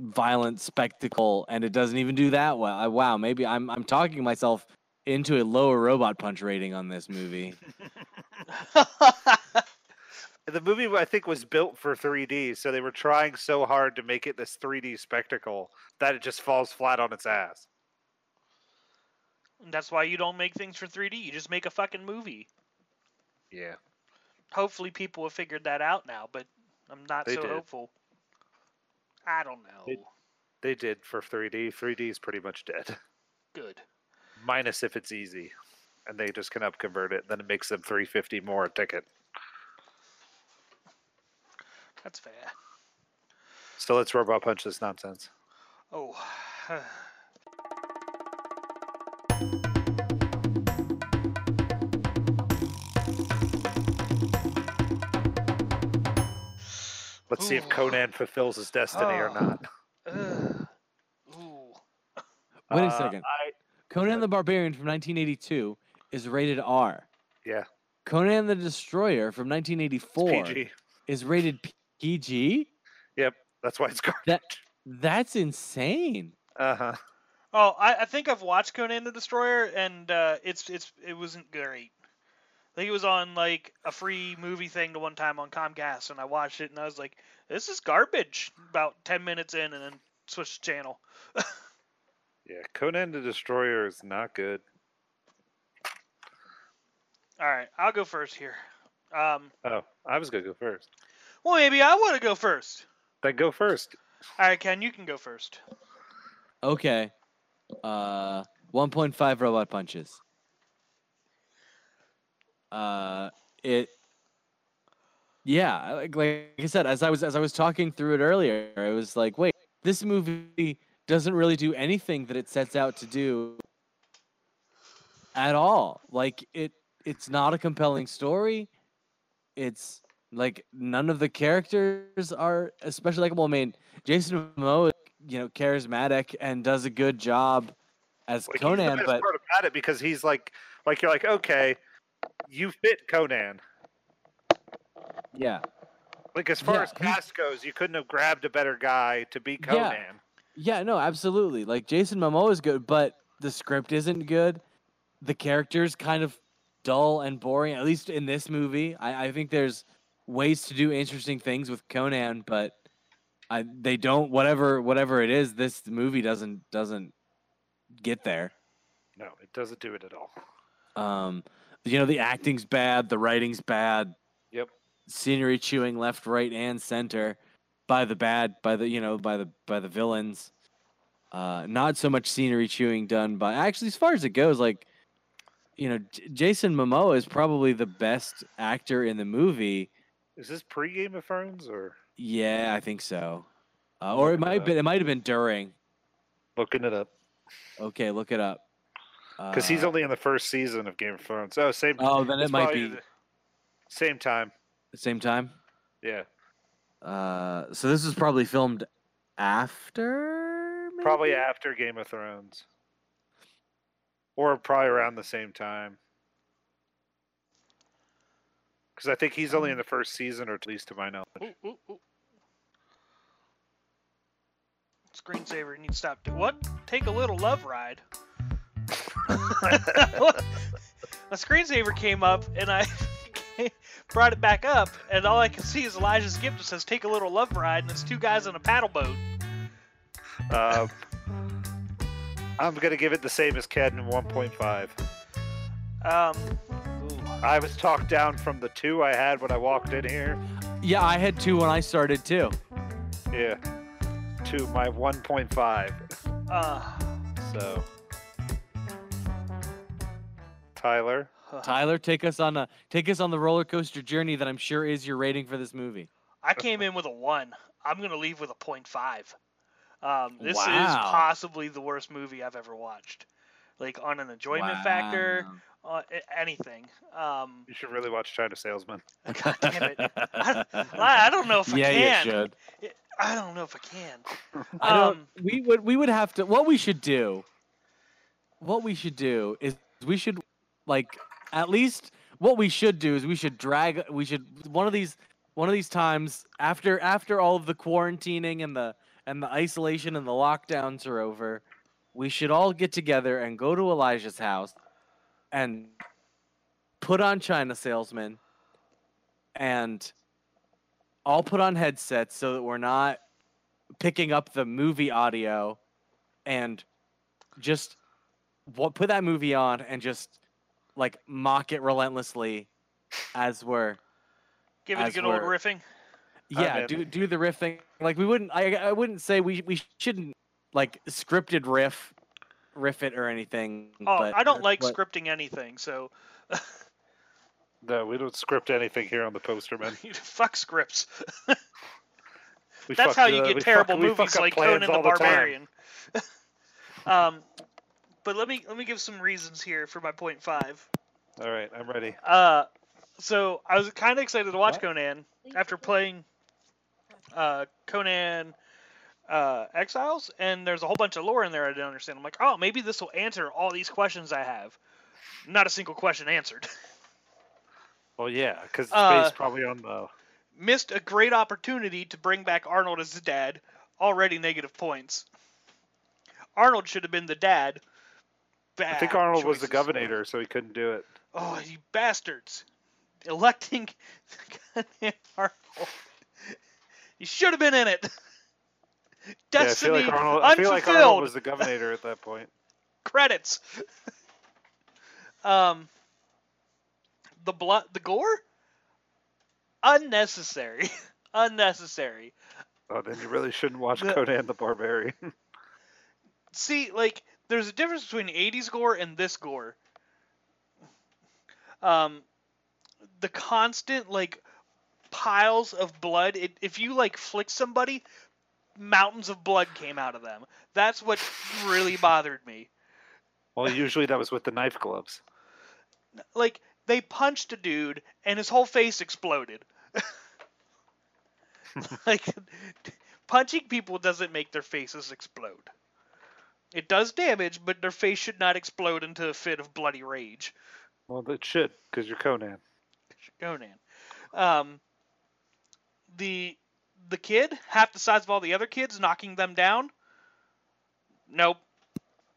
violent spectacle and it doesn't even do that well. I, wow, maybe I'm I'm talking myself into a lower robot punch rating on this movie. The movie, I think, was built for 3D, so they were trying so hard to make it this 3D spectacle that it just falls flat on its ass. That's why you don't make things for 3D. You just make a fucking movie. Yeah. Hopefully, people have figured that out now, but I'm not They so did. hopeful. I don't know. They- They did for 3D. 3D is pretty much dead, Good. minus if it's easy. And they just can upconvert it, then it makes them 350 more a ticket. That's fair. So let's robot punch this nonsense. Oh. Let's see if Ooh. Conan fulfills his destiny or Oh. not. Ugh. uh, Ooh. Wait a Uh, second. I, Conan the Barbarian from 1982 is rated R. Yeah. Conan the Destroyer from it's 1984 PG. is rated P- PG. That's why it's garbage. That that's insane. Uh huh. Oh, I, I think I've watched Conan the Destroyer, and uh, it's it's it wasn't great. I think it was on like a free movie thing the one time on Comcast, and I watched it, and I was like, "This is garbage." About ten minutes in, and then switched the channel. Yeah, Conan the Destroyer is not good. All right, I'll go first here. Um, Oh, I was gonna go first. well, maybe I want to go first. Then go first. All right, Ken, you can go first. Okay. Uh 1.5 robot punches. Uh it Yeah, I- like, like I said as I was as I was talking through it earlier, I was like, "Wait, this movie doesn't really do anything that it sets out to do at all. Like it it's not a compelling story. It's like none of the characters are especially likable. I mean, Jason Momoa, you know, charismatic and does a good job as Like, he's the Conan, best but part about it because he's like, like you're like, okay, you fit Conan. yeah, Like as far Yeah, as he- cast goes, you couldn't have grabbed a better guy to be Yeah. Conan. yeah, no, absolutely. Like Jason Momoa is good, but the script isn't good. The characters kind of dull and boring. At least in this movie, I, I think there's ways to do interesting things with Conan, but I, they don't. Whatever, whatever it is, this movie doesn't doesn't get there. No, it doesn't do it at all. Um, you know, the acting's bad, the writing's bad. Yep. Scenery chewing left, right, and center by the bad, by the you know, by the by the villains. Uh, not so much scenery chewing done by. Actually, as far as it goes, like, you know, J- Jason Momoa is probably the best actor in the movie. Is this pre Game of Thrones or Yeah, I think so. Uh, or it might have been. It might have been during. looking it up? Okay, look it up. Because he's Uh, only in the first season of Game of Thrones. Oh, same. Oh, then it's it might probably be the same time. same time. Yeah. Uh, so this was probably filmed after Probably after Game of Thrones, or probably around the same time. Because I think he's only Um, in the first season, or at least to my knowledge. Ooh, ooh, ooh. Screensaver, you need to stop. Do- what? Take a little love ride. a screensaver came up, and I brought it back up, and all I can see is Elijah's gift that says "Take a little love ride," and it's two guys in a paddle boat. Um, I'm gonna give it the same as Cadden 1.5. Um, I was talked down from the two I had when I walked in here. Yeah, I had two when I started too. Yeah, to my 1.5. uh, So, Tyler, uh, Tyler, take us on a take us on the roller coaster journey that I'm sure is your rating for this movie. I came in with a one. I'm gonna leave with a point five. Um, this is Wow. possibly the worst movie I've ever watched, like on an enjoyment factor, uh, a- anything. Um, you should really watch China Salesman. God damn it! I, I don't know if I yeah, can. you should. I don't know if I can. I don't- Um, We would we would have to. What we should do, what we should do is we should like at least what we should do is we should drag we should one of these one of these times after after all of the quarantining and the and the isolation and the lockdowns are over, we should all get together and go to Elijah's house and put on China Salesman and all put on headsets so that we're not picking up the movie audio and just what put that movie on and just like mock it relentlessly as we're Give it a As good old we're- riffing. yeah in. do do the riff thing like we wouldn't I, I wouldn't say we we shouldn't like scripted riff riff it or anything Oh, but I don't like but- scripting anything, so No, we don't script anything here on the Posterman. fuck scripts. We That's fuck how you the- get we terrible fuck- we fuck movies up like plans Conan the all time. Barbarian. um, but let me let me give some reasons here for my point five. All right, I'm ready. Uh, so I was kind of excited to watch What? Conan after playing uh, Conan uh, Exiles, and there's a whole bunch of lore in there I didn't understand. I'm like, oh, maybe this will answer all these questions I have. Not a single question answered. Well, yeah, because it's Uh, based probably on the. Missed a great opportunity to bring back Arnold as the dad. Already negative points. Arnold should have been the dad. I Bad think Arnold was the ah, choices. governor, so he couldn't do it. Oh, you bastards! Electing goddamn Arnold. You should have been in it. Destiny yeah, I feel like Arnold. I feel unfulfilled. like Arnold was the governor at that point. Credits. um, the blood, the gore, unnecessary, unnecessary. Oh, then you really shouldn't watch The- Conan the Barbarian. See, like, there's a difference between 80s gore and this gore. Um, the constant, like, piles of blood. It, if you, like, flick somebody, mountains of blood came out of them. That's what really bothered me. well, usually that was with the knife gloves. Like, they punched a dude, and his whole face exploded. like, punching people doesn't make their faces explode. It does damage, but their face should not explode into a fit of bloody rage. Well, that should, because you're Conan. Conan. Um, the the kid, half the size of all the other kids, knocking them down. Nope,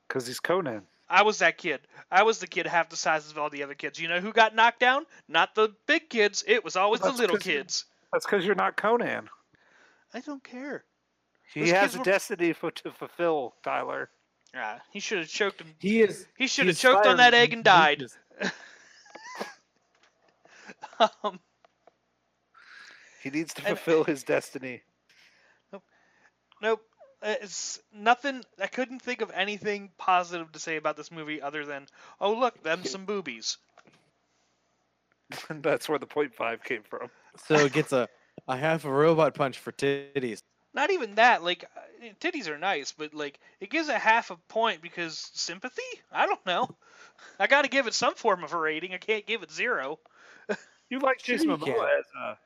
Because he's Conan. I was that kid. I was the kid half the size of all the other kids. You know who got knocked down? Not the big kids. It was always That's the little 'cause you- kids. That's because you're not Conan. I don't care. He Those has kids a were- destiny for, to fulfill, Tyler. Ah, he should have choked him. he is He should have he's choked on fired that egg and died. weakness. um, He needs to And- fulfill his destiny. Nope. Uh, It's nothing. I couldn't think of anything positive to say about this movie other than, oh look, them some boobies. And that's where the point five came from. so it gets a a half a robot punch for titties Not even that. Like uh, titties are nice, but like it gives a half a point because sympathy. I don't know. I got to give it some form of a rating. I can't give it zero. You like Sure Jason you Momoa can. as a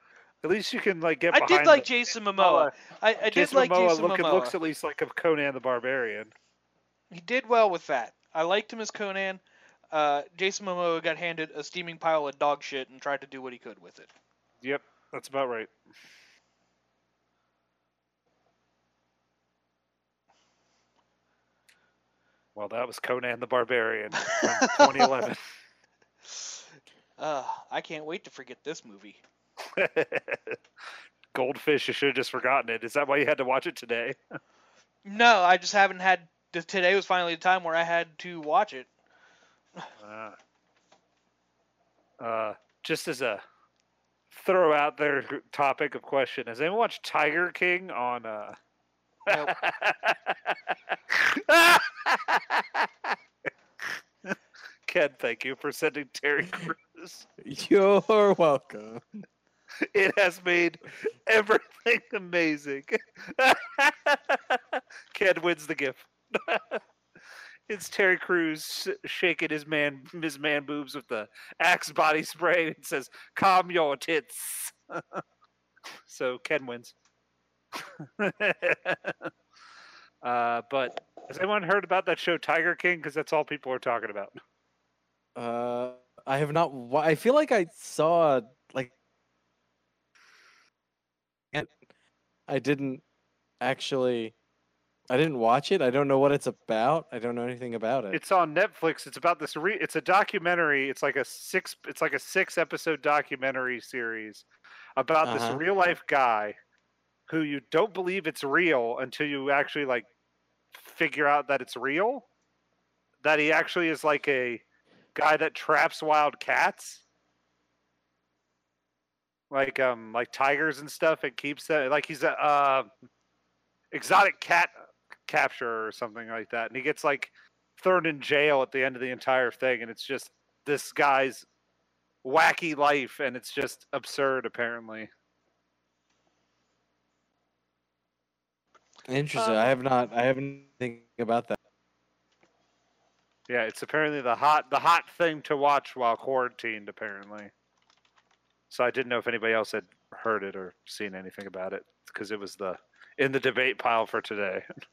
At least you can like get. I did behind like the- Jason Momoa. I, I did Jason like Momoa Jason look, it Momoa. looks at least like a Conan the Barbarian. He did well with that. I liked him as Conan. Uh, Jason Momoa got handed a steaming pile of dog shit and tried to do what he could with it. Yep, that's about right. Well, that was Conan the Barbarian from 2011. Uh, I can't wait to forget this movie. Goldfish, you should have just forgotten it. Is that why you had to watch it today? No, I just haven't had. t- Today was finally the time where I had to watch it. Uh, uh, just as a throw out there g- topic of question, has anyone watched Tiger King on? Uh... Nope. Ken, thank you for sending Terry Crews. You're welcome. It has made everything amazing. Ken wins the gift. it's Terry Crews sh- shaking his man his man boobs with the Axe body spray and says, "Calm your tits." so Ken wins. uh, but has anyone heard about that show Tiger King? Because that's all people are talking about. Uh, I have not. Wa- I feel like I saw like, and I didn't actually. I didn't watch it. I don't know what it's about. I don't know anything about it. It's on Netflix. It's about this. Re- it's a documentary. It's like a six. It's like a six episode documentary series about Uh-huh. this real life guy who you don't believe it's real until you actually like figure out that it's real. That he actually is like a guy that traps wild cats, like um, like tigers and stuff, and keeps them. Like he's a uh, exotic cat capturer or something like that, and he gets like thrown in jail at the end of the entire thing, and it's just this guy's wacky life, and it's just absurd. Apparently, Interesting. I have not. I haven't think about that. yeah, it's apparently the hot the hot thing to watch while quarantined. Apparently, so I didn't know if anybody else had heard it or seen anything about it because it was the in the debate pile for today.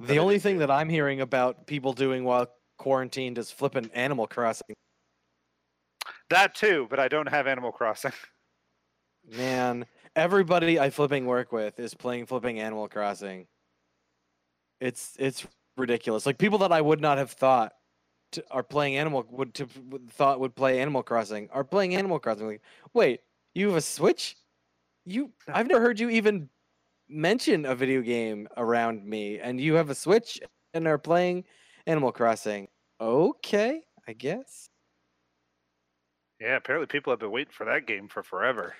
But I The only did thing that I'm hearing about people doing while quarantined is flipping Animal Crossing. That too, but I don't have Animal Crossing. Man, everybody I flipping work with is playing flipping Animal Crossing. It's it's ridiculous. Like people that I would not have thought to, are playing Animal would to would- thought would play Animal Crossing are playing Animal Crossing. Like, wait, you have a Switch? You I've never heard you even mention a video game around me, and you have a Switch and are playing Animal Crossing. Okay, I guess. Yeah, apparently people have been waiting for that game for forever.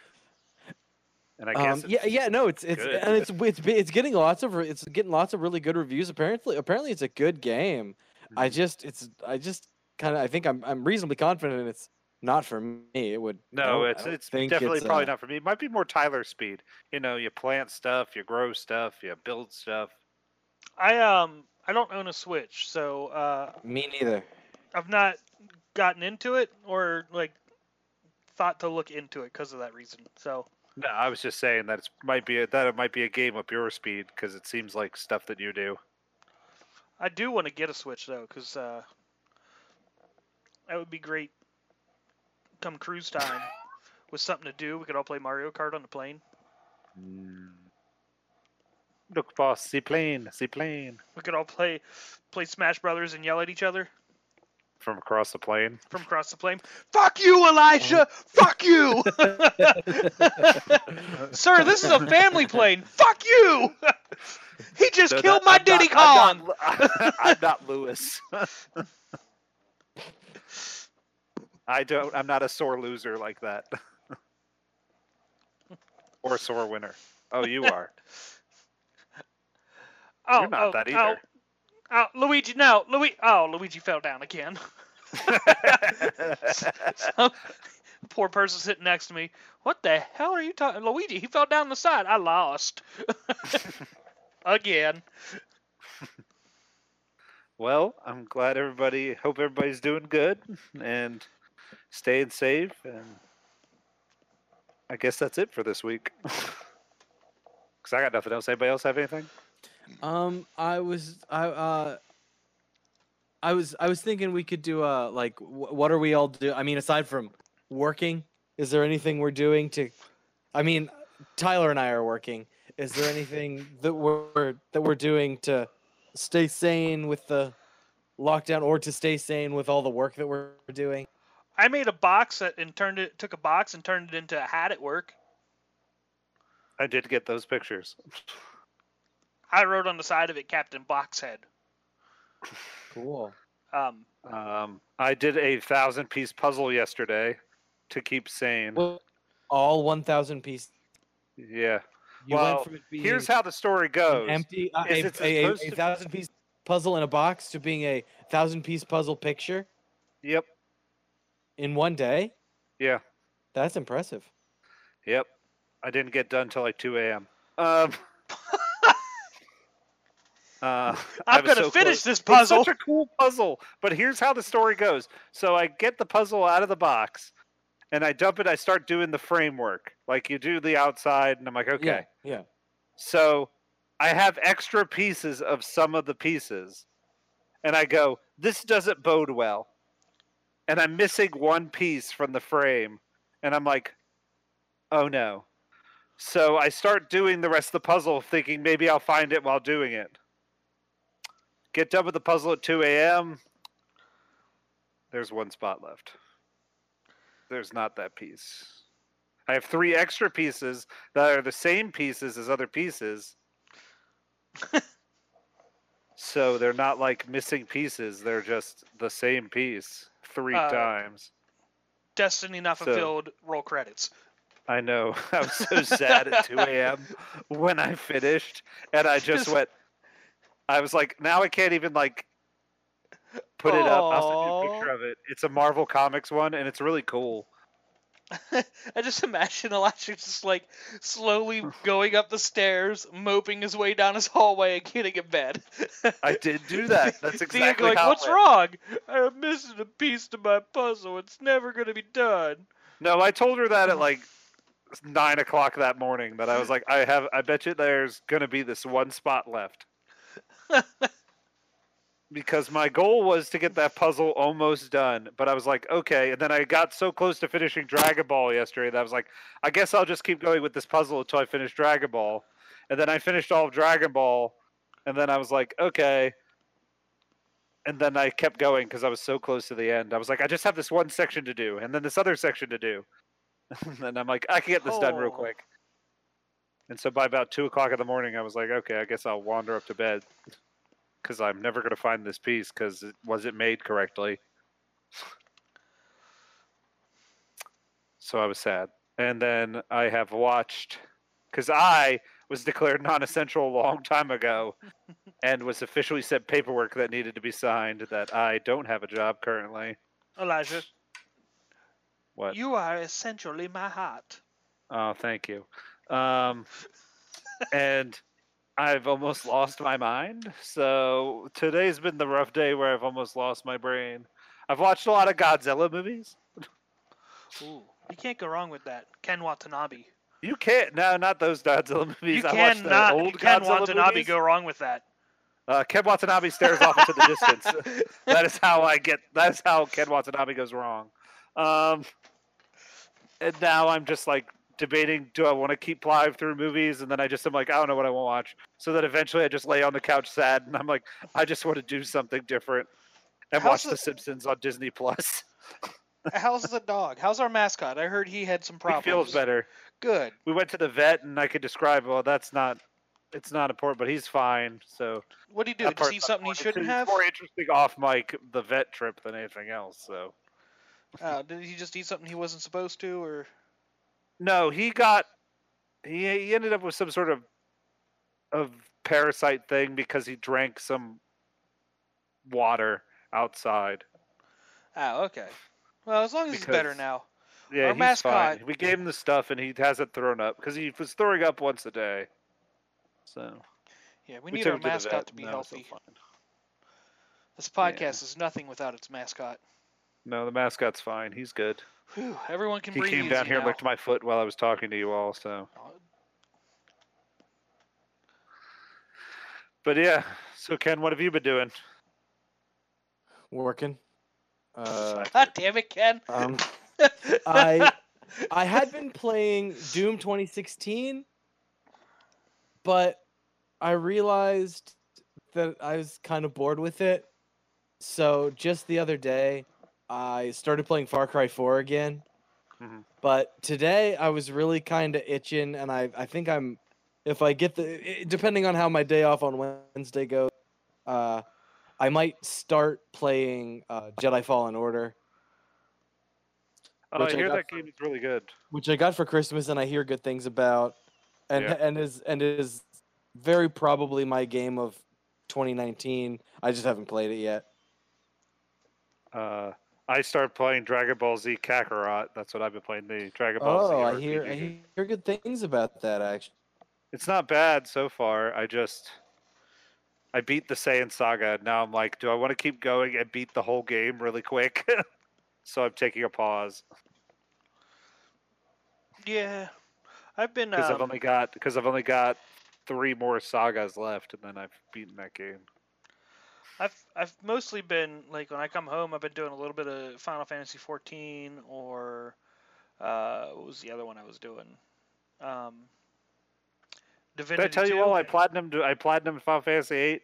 And I guess Um, yeah, it's- yeah, no, it's it's good. and it's it's be- it's getting lots of re- it's getting lots of really good reviews. Apparently, apparently it's a good game. I Mhm. just it's I just kind of I think I'm I'm reasonably confident it's not for me. It would I No, don't- I it's don't it's think definitely it's, probably uh, not for me. It might be more Tyler speed. You know, you plant stuff, you grow stuff, you build stuff. I um I don't own a Switch, so uh, me neither. I've not gotten into it or like thought to look into it because of that reason. So No, I was just saying that it's might be a, that it might be a game up your speed because it seems like stuff that you do. I do want to get a Switch though, because uh, that would be great. Come cruise time, with something to do, we could all play Mario Kart on the plane. Look, boss, seaplane, seaplane We could all play play Smash Brothers and yell at each other from across the plane. from across the plane. Fuck you, Elijah! Fuck you, sir. This is a family plane. Fuck you! he just No, killed that- my I'm Diddy not- Kong. I'm not, Lu- I'm not Lewis. I don't. I'm not a sore loser like that, or a sore winner. Oh, you are. Oh, You're not oh, that oh, either. Oh, Luigi, no, Luigi. Oh, Luigi fell down again. oh. Poor person sitting next to me. What the hell are you talking? Luigi, he fell down the side. I lost. Again. well, I'm glad everybody. Hope everybody's doing good and staying safe and I guess that's it for this week. Cause I got nothing else. Anybody else have anything? Um, I was I uh, I was I was thinking we could do a like wh- what are we all do? I mean, aside from working, is there anything we're doing to? I mean, Tyler and I are working. Is there anything that we're that we're doing to stay sane with the lockdown, or to stay sane with all the work that we're doing? I made a box that- and turned it took a box and turned it into a hat at work. I did get those pictures. I wrote on the side of it Captain Boxhead. Cool. Um, Um, I did a thousand piece puzzle yesterday to keep sane. Well, all one thousand pieces. yeah. You Well, went from it being Here's how the story an goes. empty uh, is a, it's a, a, supposed to be- thousand piece puzzle in a box to being a thousand piece puzzle picture Yep. in one day. Yeah. That's impressive. Yep. I didn't get done till like 2 a.m. Um, uh, I I'm was gonna so finish close. this It's puzzle. such a cool puzzle. But here's how the story goes. So I get the puzzle out of the box and I dump it. I start doing the framework. Like you do the outside, and I'm like, okay. Yeah. yeah. So I have extra pieces of some of the pieces. And I go, this doesn't bode well. And I'm missing one piece from the frame. And I'm like, oh no. So I start doing the rest of the puzzle, thinking maybe I'll find it while doing it. Get done with the puzzle at 2 a.m. There's one spot left. There's not that piece. I have three extra pieces that are the same pieces as other pieces. so they're not like missing pieces, they're just the same piece three Uh, times. Destiny not So- fulfilled. Roll credits. I know. I was so sad at 2 a.m. when I finished and I just Just- went I was like, now I can't even like put it up. I'll send you a picture Aw. of it. It's a Marvel Comics one and it's really cool. I just imagine Elijah just like slowly going up the stairs, moping his way down his hallway, and getting in bed. I did do that. That's Then you're exactly like, how it what's went." wrong? I'm missing a piece to my puzzle. It's never gonna be done. No, I told her that at like nine o'clock that morning. That I was like, I have, I bet you there's gonna be this one spot left. because my goal was to get that puzzle almost done, but I was like, okay. And then I got so close to finishing Dragon Ball yesterday that I was like, I guess I'll just keep going with this puzzle until I finish Dragon Ball. And then I finished all of Dragon Ball, and then I was like, okay. And then I kept going because I was so close to the end. I was like, I just have this one section to do, and then this other section to do. and I'm like, I can get this done real Oh. quick. And so by about two o'clock in the morning, I was like, okay, I guess I'll wander up to bed because I'm never going to find this piece because it wasn't made correctly. So I was sad. And then I have watched because I was declared non essential a long time ago and was officially sent paperwork that needed to be signed that I don't have a job currently. Elijah, What? you are essentially my heart. Oh, thank you. Um, and I've almost lost my mind. So today's been the rough day where I've almost lost my brain. I've watched a lot of Godzilla movies. Ooh, you can't go wrong with that. Ken Watanabe. You can't. No, not those Godzilla movies. You I watched the old cannot Ken Godzilla Watanabe movies. go wrong with that. Uh, Ken Watanabe stares off into the distance. that is how I get. That's how Ken Watanabe goes wrong. Um, and now I'm just like debating: Do I want to keep live through movies? And then I just am like, I don't know what I want to watch. So that eventually I just lay on the couch sad, and I'm like, I just want to do something different and How's watch the- The Simpsons on Disney Plus. How's the dog? How's our mascot? I heard he had some It problems. feels better. Good. We went to the vet, and I could describe. Well, that's not. It's not important, but he's fine. So What do you do? that Did he part's see not something he important. shouldn't It's have? More interesting off mic the vet trip than anything else. So. Uh, did he just eat something he wasn't supposed to, or No, he got he, he ended up with some sort of of parasite thing because he drank some water outside. Oh, okay. Well, as long as he's better Because- now. Yeah, Our he's mascot- fine. We gave him the stuff and he hasn't thrown up because he was throwing up once a day. So Yeah, we, we, need took our him to the vet, mascot to and be now he's all healthy. fine. This Yeah. podcast is nothing without its mascot. No, the mascot's fine. He's good. Whew, everyone can He breathe came down easy here and now. Oh, licked my foot while I was talking to you all. So, but yeah. So Ken, what have you been doing? Working. Uh, God damn it, Ken. um, I I had been playing Doom 2016, but I realized that I was kind of bored with it. So just the other day, I started playing Far Cry 4 again. Mhm. But today I was really kind of itching, and I I think I'm if I get the i- depending on how my day off on Wednesday goes, uh, I might start playing uh, Jedi Fallen Order. Oh, I Which I hear got Uh, that game is really good. which I got for Christmas and I hear good things about, and Yeah. and is and is very probably my game of 2019. I just haven't played it yet. Uh, I started playing Dragon Ball Z Kakarot. That's what I've been playing. The Dragon Ball Z. Oh, I hear RPG. I hear good things about that actually. It's not bad so far. I just I beat the Saiyan Saga. and Now I'm like, do I want to keep going and beat the whole game really quick? so I'm taking a pause yeah. I've been. because I've um, only got because I've only got three more sagas left, and then I've beaten that game. I've I've mostly been like when I come home, I've been doing a little bit of Final Fantasy 14 or uh, what was the other one I was doing? Um, Did Divinity. I tell you 2? all? I platinum. I platinum Final Fantasy Eight.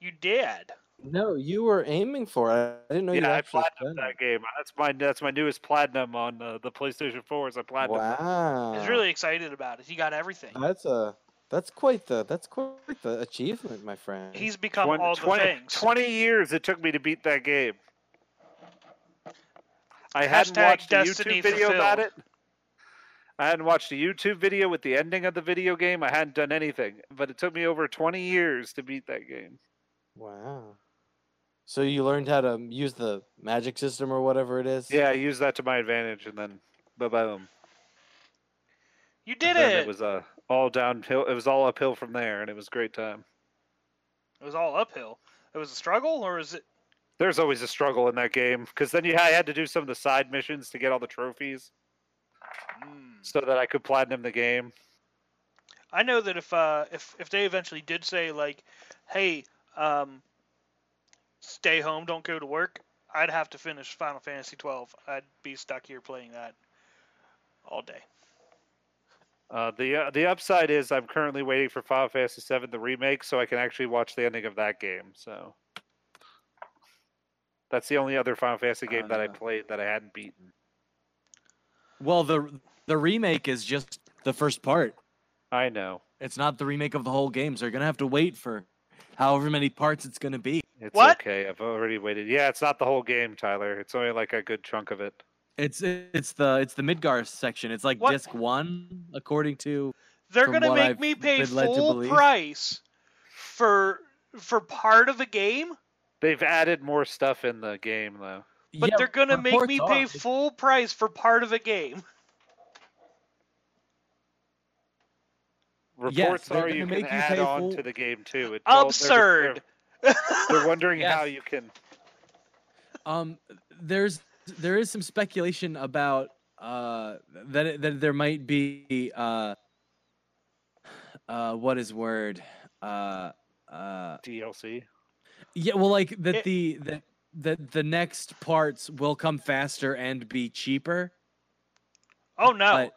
You did. No, you were aiming for it. I didn't know you Yeah, I actually. platinum done that game. That's my that's my newest platinum on uh, the PlayStation Four. Is I it. platinum. Wow, He's really excited about it. He got everything. that's a that's quite the that's quite the achievement, my friend. He's become 20 all the 20 things. 20 years it took me to beat that game. I hadn't Hashtag watched a destiny YouTube video about fulfilled. it. I hadn't watched a YouTube video with the ending of the video game. I hadn't done anything, but it took me over 20 years to beat that game. wow. So you learned how to use the magic system or whatever it is. Yeah, I used that to my advantage, and then boom, boom. You did then it. It was uh, all downhill. It was all uphill from there, and it was a great time. all uphill. It was a struggle, or is it? There's always a struggle in that game because then you I had to do some of the side missions to get all the trophies Mm. so that I could platinum the game. I know that if uh, if if they eventually did say like, "Hey, um, stay home, don't go to work," I'd have to finish Final Fantasy 12. I'd be stuck here playing that all day. Uh, the uh, the upside is I'm currently waiting for Final Fantasy VII the remake, so I can actually watch the ending of that game. So that's the only other Final Fantasy game that I Ah. played that I hadn't beaten. Well, the the remake is just the first part. I know It's not the remake of the whole game, so you're gonna have to wait for however many parts it's gonna be. it's What? okay. I've already waited. Yeah, it's not the whole game, Tyler. It's only like a good chunk of it. It's it's the it's the Midgar section. It's like What? disc one, according to. They're From gonna what make I've me pay been led to full believe. price for for part of a game, They've added more stuff in the game though. but Yeah, they're gonna make reports me are. pay It's- full price for part of a game. Reports they're are gonna you make can you add pay on full- to the game too. It Absurd. They're, they're wondering Yes. how you can. Um, there's there is some speculation about uh that it- that there might be uh uh what is word uh uh DLC. yeah well like that It- the that that the next parts will come faster and be cheaper. oh no,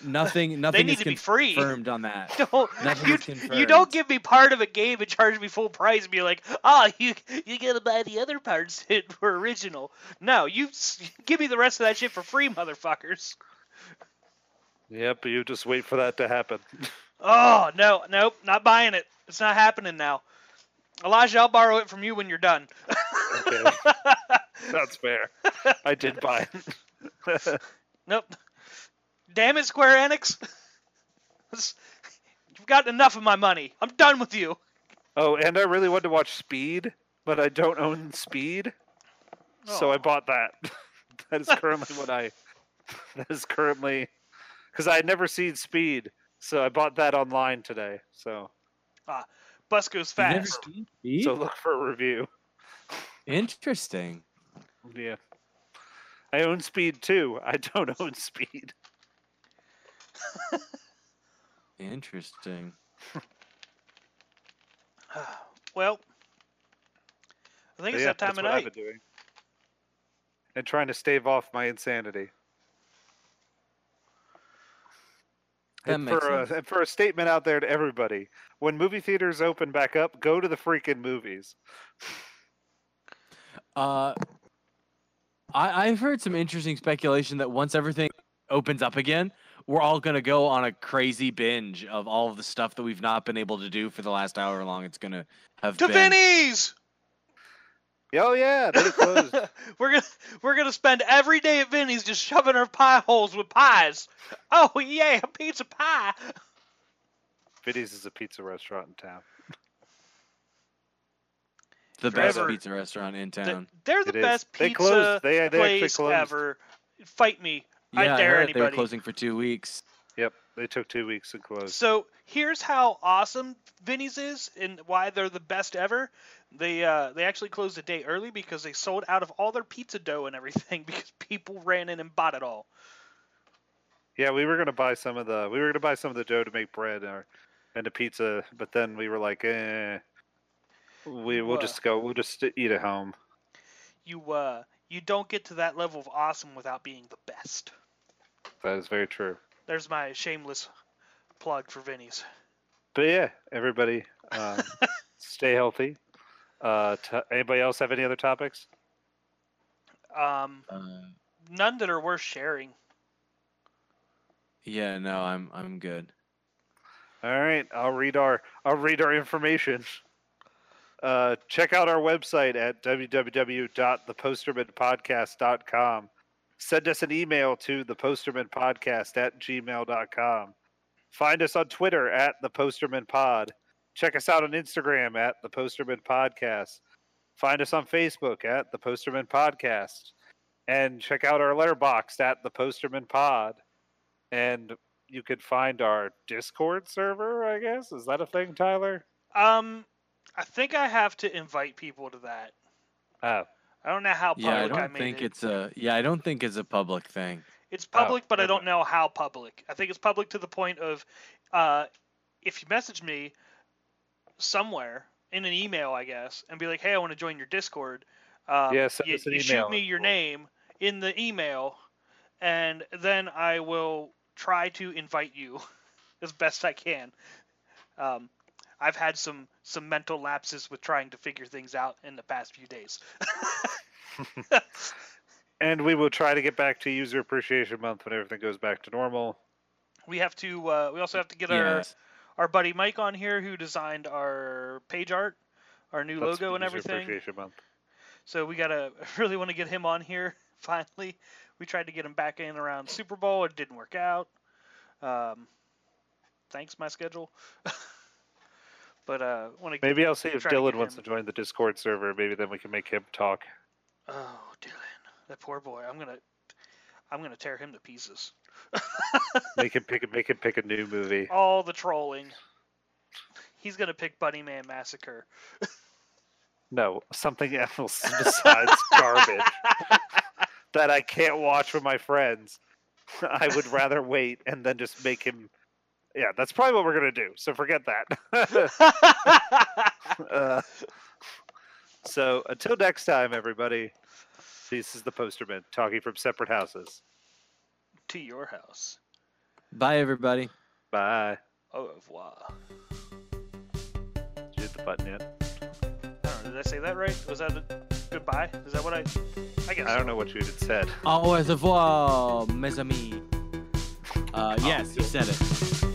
But nothing nothing they need is to be conf- free. confirmed on that. Don't, Nothing you, is you confirmed. don't give me part of a game and charge me full price and be like, ah, you you gotta buy the other parts that were original. No, you s- give me the rest of that shit for free, motherfuckers. Yep, you just wait for that to happen. Oh no, nope, not buying it. It's not happening now. Elijah, I'll borrow it from you when you're done. Okay. That's fair. I did buy it. Nope. Damn it, Square Enix. You've gotten enough of my money. I'm done with you. oh, and I really wanted to watch Speed, but I don't own Speed, so I Aw. bought that. that is currently what I. That is currently, because I had never seen Speed, so I bought that online today. So Bus goes You've never fast. seen Speed? so look for a review. Interesting. Yeah. I own Speed too. I don't own Speed. Interesting. well, I But think it's yeah, that time that's what of I've night. been doing. And trying to stave off my insanity. That and, makes for uh, a, sense. and for a statement out there to everybody, when movie theaters open back up, go to the freaking movies. Uh, I, I've heard some interesting speculation that once everything opens up again, we're all gonna go on a crazy binge of all of the stuff that we've not been able to do for the last hour long. It's gonna have To been. Vinny's. Oh yeah, they closed. we're gonna we're gonna spend every day at Vinny's just shoving our pie holes with pies. Oh yeah, pizza pie. Vinny's is a pizza restaurant in town. the best Trevor. pizza restaurant in Th- town. They're the It is. best They pizza closed. They, they actually place closed. ever. Fight me. I yeah, I dare heard they were anybody. closing for two weeks. Yep, they took two weeks and closed. So here's how awesome Vinny's is and why they're the best ever. They uh, they actually closed a day early because they sold out of all their pizza dough and everything because people ran in and bought it all. Yeah, we were gonna buy some of the we were gonna buy some of the dough to make bread or and a pizza, but then we were like, eh, we we'll Wha- just go, we'll just eat at home. You uh you don't get to that level of awesome without being the best. That is very true. There's my shameless plug for Vinny's. But yeah, everybody, um, stay healthy. Uh, t- anybody else have any other topics? Um, Uh, none that are worth sharing. yeah, no, I'm I'm good. All right, I'll read our I'll read our information. Uh, check out our website at www.thepostermanpodcast.com. Send us an email to thepostermanpodcast at gmail.com. Find us on Twitter at thepostermanpod. Check us out on Instagram at thepostermanpodcast. Find us on Facebook at the Posterman Podcast. And check out our letterbox at the Posterman Pod. And you could find our Discord server, I guess. Is that a thing, Tyler? Um, I think I have to invite people to that. Oh, I don't know how public Yeah, I I don't made think it. it's a yeah, I don't think it's a public thing. It's Oh, public, but I never don't know how public. I think it's public to the point of, uh, if you message me somewhere in an email, I guess, and be like, "Hey, I want to join your Discord." Um, Yeah, send you, us an you email. shoot me your name in the email, and then I will try to invite you as best I can. Um, I've had some some mental lapses with trying to figure things out in the past few days. and we will try to get back to User Appreciation Month when everything goes back to normal. We have to. Uh, we also have to get our Yes. our buddy Mike on here who designed our page art, our new That's logo and User everything. Appreciation Month. So we gotta really want to get him on here finally. We tried to get him back in around Super Bowl. It didn't work out. Um, thanks my schedule. but uh, want to Maybe I'll see if Try to Dylan get wants him. to join the Discord server. Maybe then we can make him talk. Oh, Dylan, that poor boy. I'm gonna I'm gonna tear him to pieces. Make him pick. Make him pick a new movie. All the trolling. He's gonna pick Bunny Man Massacre. No, something else besides garbage that I can't watch with my friends. I would rather wait and then just make him. Yeah, that's probably what we're gonna do. So forget that. Uh, so until next time, everybody, this is the Posterman talking from separate houses. to your house. Bye everybody. Bye. Au revoir. Did you hit the button yet? I don't know, did I say that right? Was that a goodbye? Is that what I? I guess. I don't know what you had said. Au revoir, mes amis. Uh, yes, you said it.